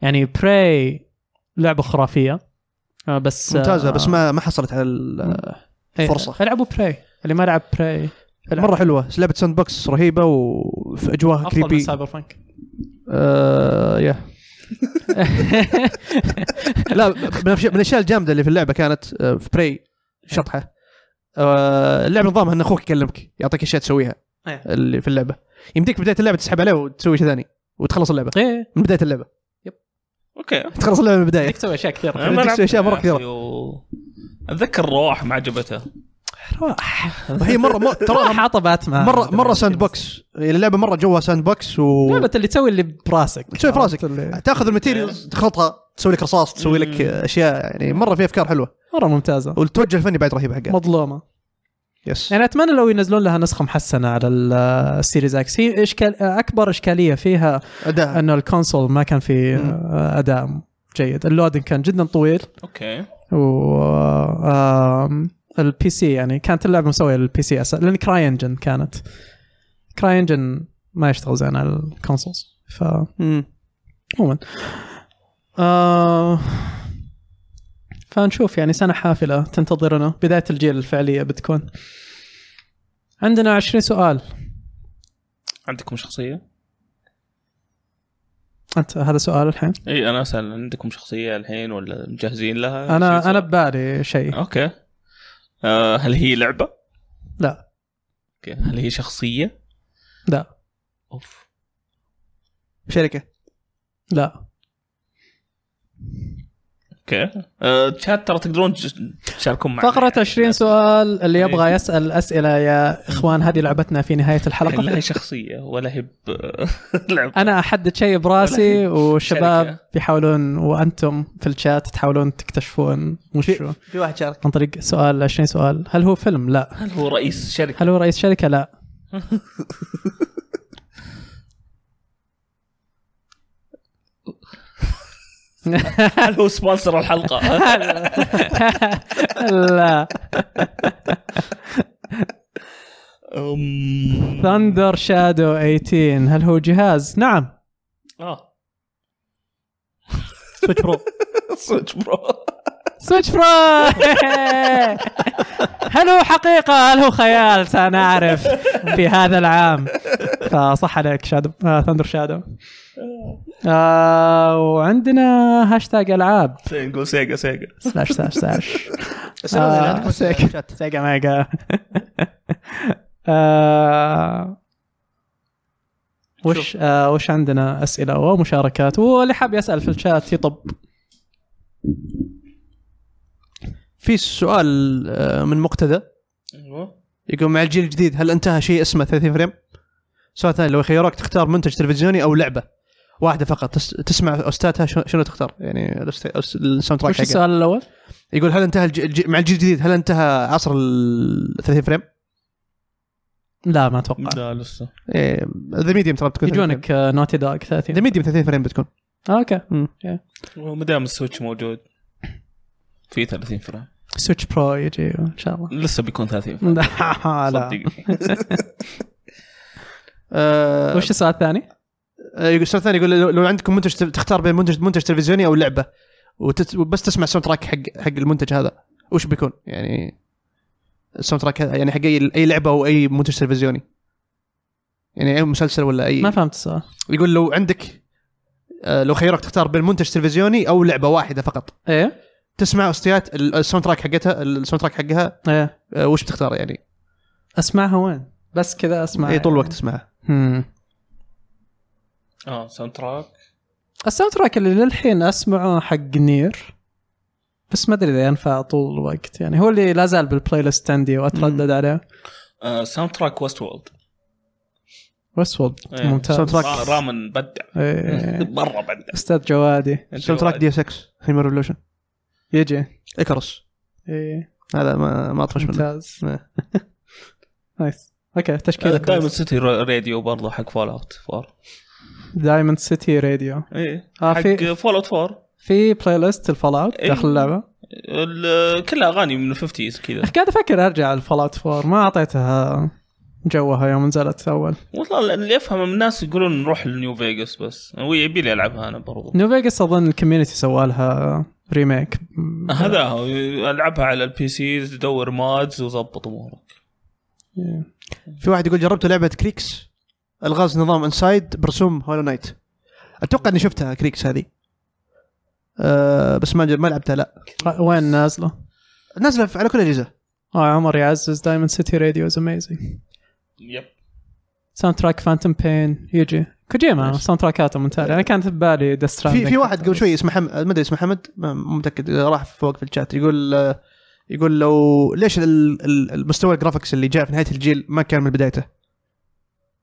S1: يعني براي لعبه خرافيه آه بس
S2: ممتازه بس ما ما حصلت على ال- فرصة.
S1: إيه، العبوا براي اللي ما لعب براي
S2: مره حلوه لعبه ساند بوكس رهيبه وفي اجواء
S1: افضل من
S2: كريبي
S1: سايبر فانك
S2: آه يا لا من الأشياء- من الاشياء الجامده اللي في اللعبه كانت آه، في بري شطحه آه، اللعبه نظامها ان اخوك يكلمك يعطيك اشياء تسويها
S1: إيه.
S2: اللي في اللعبه يمديك بدايه اللعبه تسحب عليه وتسوي شيء ثاني وتخلص اللعبه
S1: ايه
S2: من بدايه اللعبه
S3: اوكي
S2: تخلص اللعبه من البدايه
S1: تسوي اشياء كثيره
S2: أنا- تسوي أشياء مرة كثيرة.
S3: اتذكر رواح ما عجبته
S1: راح
S2: هي مره مره تراها
S1: حاطه باتمان
S2: مره مره ساند بوكس اللعبه مره يعني جوها ساند بوكس و
S1: لعبة اللي تسوي اللي براسك
S2: تسوي في راسك
S1: عرفت اللي-
S2: تاخذ الماتيريالز تخلطها تسوي لك رصاص تسوي لك اشياء يعني مره في افكار حلوه
S1: مره ممتازه
S2: والتوجه الفني بعد رهيب حقها
S1: مظلومه
S2: يس
S1: يعني اتمنى لو ينزلون لها نسخه محسنه على ال- السيريز اكس هي اشكال اكبر اشكاليه فيها
S2: اداء
S1: انه الكونسول ما كان فيه
S2: مم.
S1: آه، اداء جيد اللودن كان جدا طويل
S3: اوكي
S1: و آم، البي سي يعني كانت اللعبه مسويه للبي سي اساسا لان كراي انجن كانت كراي انجن ما يشتغل زين على الكونسولز ف عموما آه فنشوف يعني سنه حافله تنتظرنا بدايه الجيل الفعليه بتكون عندنا 20 سؤال
S3: عندكم شخصيه؟
S1: انت هذا سؤال الحين
S3: اي انا اسال عندكم شخصيه الحين ولا مجهزين لها؟
S1: انا انا ببالي شيء
S3: اوكي آه هل هي لعبه؟
S1: لا
S3: اوكي هل هي شخصيه؟
S1: لا
S3: اوف
S2: شركه
S1: لا
S3: اوكي آه تشات ترى تقدرون تشاركون معنا
S1: فقرة 20 سؤال اللي يبغى يسأل أسئلة يا إخوان هذه لعبتنا في نهاية
S3: يعني لا
S1: الحلقة
S3: هي شخصية ولا هي ب- لعبة
S1: أنا أحدد شيء براسي والشباب
S3: شركة.
S1: بيحاولون وأنتم في الشات تحاولون تكتشفون وش هو.
S2: في واحد شارك
S1: عن طريق سؤال 20 سؤال هل هو فيلم؟ لا
S3: هل هو رئيس شركة؟
S1: هل هو رئيس شركة؟ لا
S3: هل هو سبونسر الحلقة؟
S1: لا
S3: أم...
S1: ثندر شادو 18 هل هو جهاز؟ نعم
S3: اه
S1: سويتش برو
S3: صدق برو
S1: سويتش برو هل هو حقيقة هل هو خيال سنعرف في هذا العام فصح عليك شادو آه ثندر شادو آه وعندنا هاشتاج العاب
S3: نقول سيجا سيجا
S1: سلاش سلاش سلاش آه،
S2: اسئله
S1: سيك. سيجا ميجا آه، وش آه، وش عندنا اسئله ومشاركات واللي حاب يسال في الشات يطب
S2: في سؤال آه، من مقتدى
S3: ايوه
S2: يقول مع الجيل الجديد هل انتهى شيء اسمه 30 فريم؟ سؤال ثاني لو يخيروك تختار منتج تلفزيوني او لعبه واحده فقط تس- تسمع استاتها شو- شنو تختار؟ يعني الأست- الس- الساوند تراك
S1: وش
S2: حقها
S1: السؤال الاول؟
S2: يقول هل انتهى الج... الج... مع الجيل الجديد هل انتهى عصر ال 30 فريم؟
S1: لا ما اتوقع
S3: لا لسه
S2: إيه، ذا ميديوم ترى بتكون 30 فريم.
S1: يجونك آه، نوتي دوغ 30
S2: ذا ميديوم 30 فريم بتكون
S1: آه، اوكي
S3: ما دام السويتش موجود في 30 فريم
S1: سويتش برو يجي ان شاء الله
S3: لسه بيكون 30 فريم
S1: لا لا
S3: صدقني
S2: آه...
S1: وش السؤال الثاني؟
S2: آه، يقول السؤال الثاني يقول لو, لو عندكم منتج ت- تختار بين منتج منتج تلفزيوني او لعبه وتت... وبس تسمع الساوند تراك حق حق المنتج هذا وش بيكون؟ يعني الساوند تراك هذا يعني حق اي اي لعبه او اي منتج تلفزيوني يعني اي مسلسل ولا اي
S1: ما فهمت السؤال
S2: يقول لو عندك آه، لو خيرك تختار بين منتج تلفزيوني او لعبه واحده فقط
S1: ايه
S2: تسمع استيات ال- الساوند تراك حقتها الساوند تراك حقها
S1: ايه
S2: آه، وش بتختار يعني؟
S1: اسمعها وين؟ بس كذا اسمع
S2: اي إيه، طول الوقت تسمعها
S1: مم.
S3: اه ساوند تراك
S1: الساوند تراك اللي للحين اسمعه حق نير بس ما ادري اذا ينفع طول الوقت يعني هو اللي لا زال بالبلاي ليست عندي واتردد عليه
S3: آه، ساوند تراك ويست وولد
S1: بس وض
S3: إيه.
S1: ممتاز
S2: ساوند تراك.
S3: را- رامن بدع
S1: إيه.
S3: مره بدع
S1: استاذ جوادي
S2: الساوند تراك دي اس اكس هيومن ريفولوشن
S1: يجي
S2: ايكروس
S1: إيه.
S2: هذا ما ما اطفش منه
S1: ممتاز
S2: إيه.
S1: نايس اوكي تشكيله
S3: دايموند
S1: كويس
S3: سيتي راديو برضه حق فول اوت 4
S1: دايموند سيتي راديو
S3: ايه
S1: آه،
S3: حق
S1: في-
S3: فول اوت 4
S1: في بلاي ليست الفال اوت
S3: إيه.
S1: داخل اللعبه
S3: ال- كلها اغاني من الفيفتيز كذا
S1: أخي قاعد افكر ارجع الفال اوت 4 ما اعطيتها جوها يوم نزلت اول
S3: والله اللي افهم الناس يقولون نروح لنيو فيجاس بس هو يبي لي العبها انا برضو
S1: نيو فيجاس اظن الكوميونتي سوى لها ريميك
S3: هذا هو العبها على البي سي تدور مادز وظبط امورك
S2: في واحد يقول جربت لعبه كريكس الغاز نظام انسايد برسوم هولو نايت اتوقع اني شفتها كريكس هذه أه بس ما ج- ما لعبتها لا
S1: وين نازله؟
S2: نازله في- على كل الاجهزه
S1: اه عمر يعزز دايموند سيتي راديو از اميزنج
S3: يب
S1: ساوند تراك فانتوم بين يجي كوجيما ساوند تراكاته ممتازه انا كانت ببالي ديث
S2: في في واحد قبل شوي اسمه حمد ما ادري اسمه حمد ما مو متاكد آه، راح فوق في الشات يقول آه، يقول لو ليش ال- ال- المستوى الجرافكس اللي جاء في نهايه الجيل ما كان من بدايته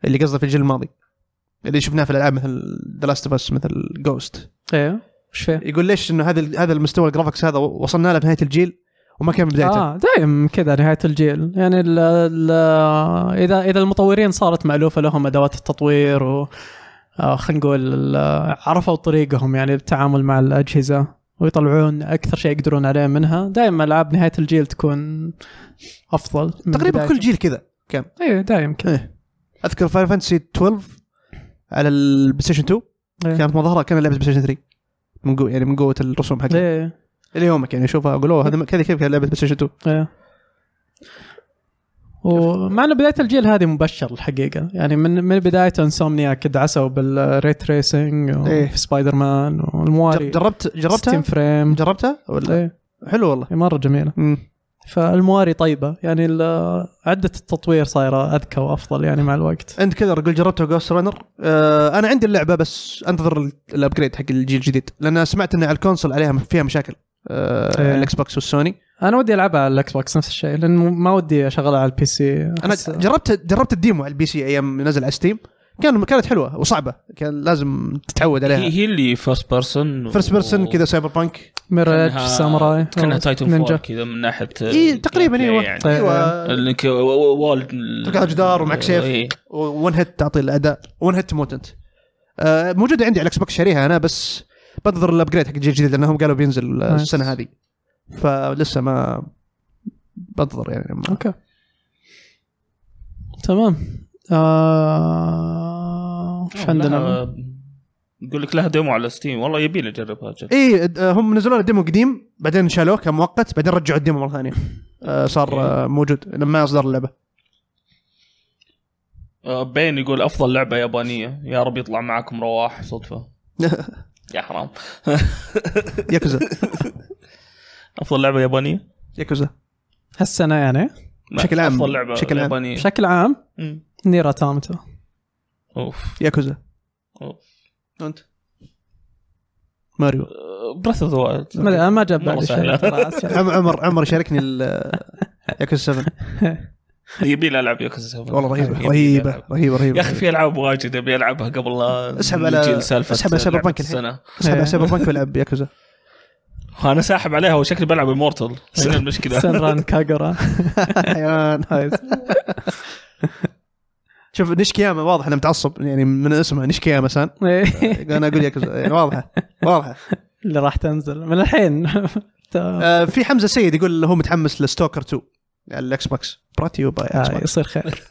S2: اللي قصده في الجيل الماضي اللي شفناه في الالعاب مثل ذا لاست اوف اس مثل جوست
S1: ايوه وش فيه؟
S2: يقول ليش انه هذا ال- هذا المستوى الجرافكس هذا وصلنا له في نهايه الجيل وما كان من بدايته
S1: اه دايم كذا نهايه الجيل يعني ال ال اذا اذا المطورين صارت مالوفه لهم ادوات التطوير و آه، خلينا نقول ال- عرفوا طريقهم يعني بالتعامل مع الاجهزه ويطلعون اكثر شيء يقدرون عليه منها دائما العاب نهايه الجيل تكون افضل من
S2: تقريبا كل
S1: بدايته.
S2: جيل كذا
S1: ايوه دايم كذا
S2: اذكر فاين فانتسي 12 على البلاي ستيشن 2
S1: إيه.
S2: كانت مظاهره كان لعبه بلاي ستيشن 3 من قوة يعني من قوه الرسوم حقها
S1: ايه
S2: الى يومك يعني اشوفها اقول اوه هذا كذا كيف كان لعبه بلاي ستيشن 2
S1: ايه ومع ان بدايه الجيل هذه مبشر الحقيقه يعني من من بدايته انسومنياك دعسوا بالريت ريسنج
S2: إيه.
S1: وفي سبايدر مان
S2: جر-
S1: والمواري
S2: جربت
S1: 60
S2: جربتها
S1: فريم
S2: جربتها ولا
S1: ايه
S2: حلو والله
S1: إيه، مره جميله
S2: مم.
S1: فالمواري طيبه يعني ال- عده التطوير صايره اذكى وافضل يعني مع الوقت
S2: انت كذا رجل جربته جوست رانر آه انا عندي اللعبه بس انتظر ال- الابجريد حق الجيل الجديد لان سمعت ان على الكونسول عليها فيها مشاكل آه
S1: إيه.
S2: الاكس بوكس والسوني
S1: انا ودي العبها على الاكس بوكس نفس الشيء لان ما ودي اشغلها على البي سي
S2: انا
S1: أحس-
S2: جربت جربت الديمو على البي سي ايام نزل على ستيم كان كانت حلوه وصعبه كان لازم تتعود
S3: هي
S2: عليها
S3: هي اللي فيرست بيرسون
S2: فيرست بيرسون كذا سايبر بانك
S1: ميرج
S3: كأنها-
S1: ساموراي
S3: كانها تايتن
S1: نينجا
S3: فول كذا من ناحيه
S2: اي تقريبا
S3: gameplay
S2: ايوه
S3: يعني.
S1: طيب.
S2: ايوه
S3: انك وال
S2: تقعد جدار ومعك سيف.
S3: إيه.
S2: ون هيت تعطي الاداء ون هيت تموت انت آه، موجوده عندي على الاكس بوكس شاريها انا بس بنتظر الابجريد حق الجيل الجديد لانهم قالوا بينزل آه،
S1: نايس.
S2: السنه هذه فلسه ما بنتظر يعني ما.
S1: اوكي تمام آه... وش عندنا
S3: لها- يقول لك لها ديمو على ستيم والله يبيني اجربها جد
S2: اي آه، هم نزلوا له ديمو قديم بعدين شالوه كان مؤقت بعدين رجعوا الديمو مره ثانيه آه، صار آه، موجود لما اصدر اللعبه إيه.
S3: آه، بين يقول افضل لعبه يابانيه يا رب يطلع معكم رواح صدفه يا حرام
S2: ياكوزا
S3: افضل لعبه يابانيه
S2: ياكوزا
S1: هالسنه
S2: إيه.
S1: يعني
S3: لا،
S2: بشكل عام.
S3: افضل لعبه
S2: بشكل عام.
S3: يابانيه
S1: بشكل عام
S3: مم.
S1: نير اتامتا
S3: اوف
S2: ياكوزا
S3: أوف.
S2: انت ماريو
S3: بريث اوف ذا وايلد
S1: ما أدري، أنا ما جاب
S3: مرة
S1: بالي شيء
S3: سهلة.
S1: ترى آسف.
S2: عم- عمر عمر شاركني ال- ياكوزا 7
S3: يبي لي العب ياكوزا 7
S2: والله رهيبه
S3: يبي لي
S2: رهيبه
S3: ألعب.
S2: رهيبه رهيبه
S3: يا اخي في العاب واجد ابي العبها قبل لا
S2: اسحب على-
S3: نجي لسالفة
S2: اسحب على سايبر
S3: لعبة
S2: بانك الحين.
S3: السنه
S2: اسحب على سايبر بانك والعب ياكوزا
S3: انا ساحب عليها وشكلي بلعب امورتل هنا المشكله
S1: سنران كاغورا
S2: حيوان شوف نشكياما واضح انه متعصب يعني من اسمه نشكياما سان انا اقول ياكوزا يعني واضحه واضحه
S1: اللي راح تنزل من الحين تا-
S2: آه في حمزه سيد يقول هو متحمس لستوكر 2 على الاكس بوكس براتيو باي اكس
S1: آه،
S2: بوكس
S1: يصير خير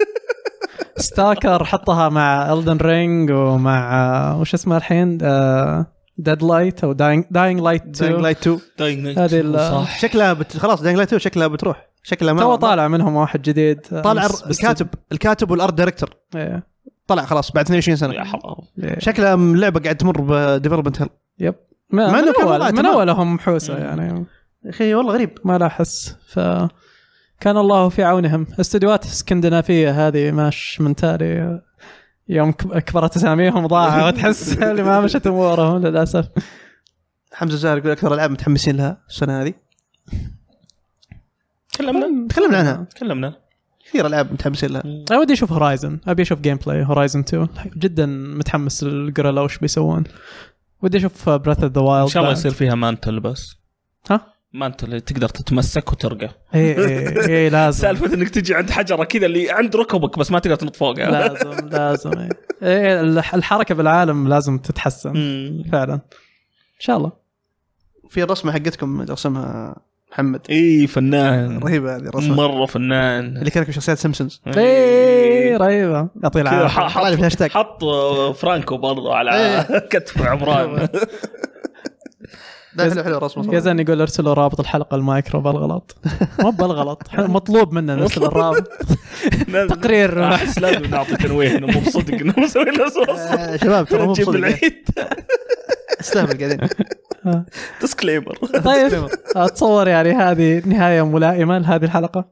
S1: ستاكر حطها مع الدن رينج ومع آه، وش اسمه الحين آه، ديد لايت او داينج لايت
S2: داينج لايت 2
S1: هذه ال-
S3: صح
S2: شكلها بت... خلاص داينج لايت 2 شكلها بتروح شكلها ما
S1: تو طالع منهم واحد جديد
S2: طالع
S1: أمس بس-
S2: الكاتب الكاتب والارت دايركتور
S1: إيه،
S2: طلع خلاص بعد 22 سنه
S3: يا حرام
S1: إيه.
S2: شكلها اللعبه قاعد تمر بديفلوبمنت هيل
S1: ما
S2: مع إنه
S1: من
S2: كان وضعه
S1: اول من
S2: تمام.
S1: اولهم حوسه
S3: مم.
S1: يعني
S2: يا اخي والله غريب
S1: ما لا احس ف كان الله في عونهم استديوهات الاسكندنافيه هذه ماش من تالي يوم كب- كبرت اساميهم ضاعت تحس اللي ما مشت امورهم للاسف
S2: حمزه زاهر يقول اكثر العاب متحمسين لها السنه هذه
S3: تكلمنا
S2: تكلمنا عنها
S3: تكلمنا
S2: كثير العاب متحمسين لها
S1: انا ودي اشوف هورايزن ابي اشوف جيم بلاي هورايزن 2 جدا متحمس للجريلا وش بيسوون ودي اشوف براث اوف ذا وايلد
S3: ان شاء الله يصير فيها مانتل بس
S1: ها؟ إيه،
S3: مانتل تقدر تتمسك وترقى
S1: اي اي اي لازم
S3: سالفه انك تجي عند حجره كذا اللي عند ركبك بس ما تقدر تنط فوقها
S1: لازم لازم إي. إي، الح- الحركه بالعالم لازم تتحسن
S3: مم.
S1: فعلا ان شاء الله
S2: في الرسمه حقتكم رسمها محمد
S3: اي فنان
S2: رهيبه هذه الرسمه
S3: مره فنان
S2: اللي كانت في شخصيات سيمبسونز
S1: اي رهيبه إيه، يعطيه
S3: إيه. كذا
S1: العافيه
S3: حط
S2: طلع لي في الهاشتاج. إيه.
S3: حط فرانكو برضو على كتف عمران
S2: لا حلو حلو الرسمه
S1: يا
S2: صراحة.
S1: زين يقول ارسلوا رابط الحلقه المايكرو بالغلط مو بالغلط إحنا مطلوب منا نرسل الرابط تقرير
S3: احس لازم نعطي تنويه انه مو بصدق انه مسوي نفس الصوت.
S2: آه، شباب ترى مو
S3: نجيب
S2: بصدق
S3: العيد
S2: استهبل قاعدين
S3: ديسكليمر
S1: طيب اتصور يعني هذه نهايه ملائمه لهذه الحلقه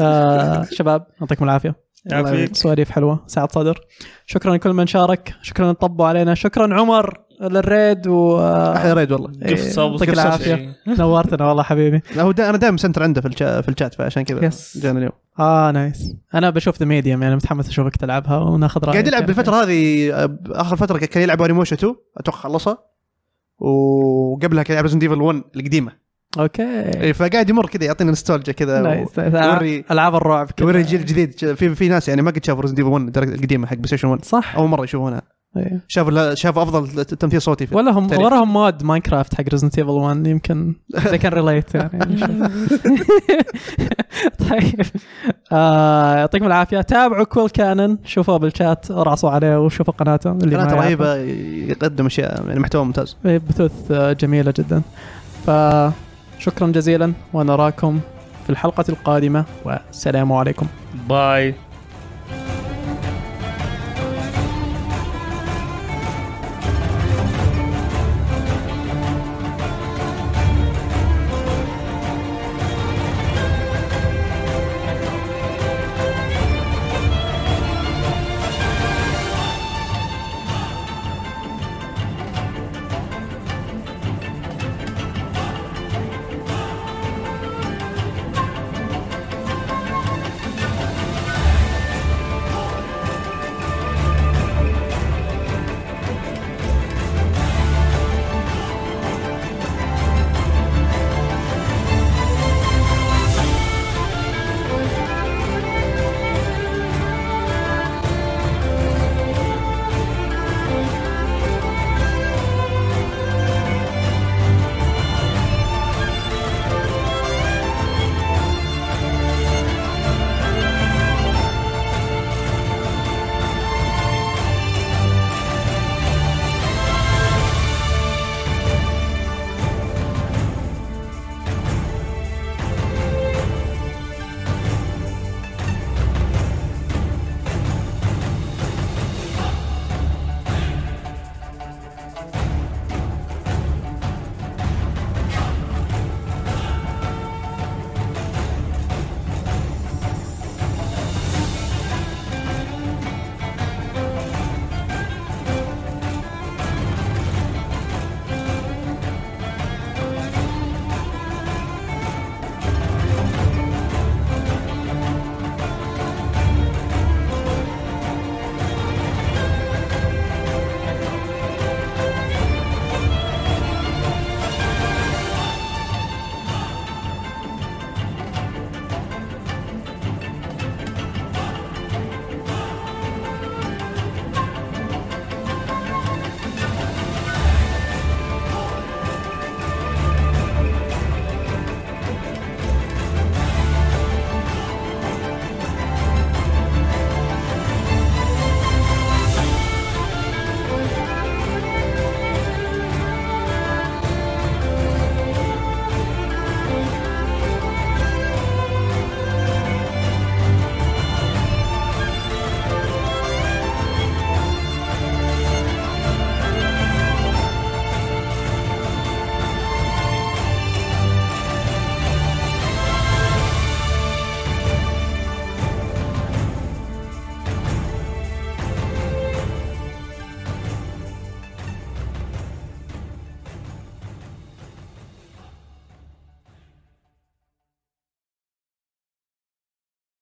S1: آه شباب يعطيكم العافيه
S3: يعافيك.
S1: سواليف حلوه سعد صدر شكرا لكل من شارك شكرا طبوا علينا شكرا عمر للريد و
S2: احلى ريد والله
S1: إيه،
S3: جف سبس
S1: يعطيك العافيه نورتنا والله حبيبي
S2: لا هو دا انا دائما مسنتر عنده في الشا- في الشات فعشان كذا
S1: يس.
S2: جانا اليوم
S1: اه نايس انا بشوف ذا ميديم يعني متحمس اشوفك تلعبها وناخذ رايك
S2: قاعد يلعب بالفتره هذه آه، اخر فتره كان يلعب انيموشا 2 اتوقع خلصها وقبلها كان يلعب ريزن ديفل 1 القديمه
S1: اوكي
S2: إيه، فقاعد يمر كذا يعطينا نستولجا كذا و-
S1: نايس نايس.
S2: وري-
S1: العاب الرعب كذا.
S2: وري الجيل الجديد في في ناس يعني ما قد شافوا ريزن ديفل 1 الدرجة القديمه حق بلاي ستيشن 1
S1: صح
S2: اول مره يشوفونها
S1: إيه.
S2: شافوا لا- شافوا افضل ت- تمثيل صوتي في
S1: ولا هم
S2: تاريخ.
S1: وراهم مود ماينكرافت حق ريزنت ايفل 1 يمكن اذا كان ريليت يعني طيب آه، يعطيكم العافيه تابعوا كول كانن شوفوه بالشات رعصوا عليه وشوفوا قناته اللي
S2: قناته
S1: ما يعرفه.
S2: رهيبه يقدم اشياء يعني محتوى ممتاز
S1: بثوث آه، جميله جدا فشكرا جزيلا ونراكم في الحلقه القادمه والسلام عليكم
S3: باي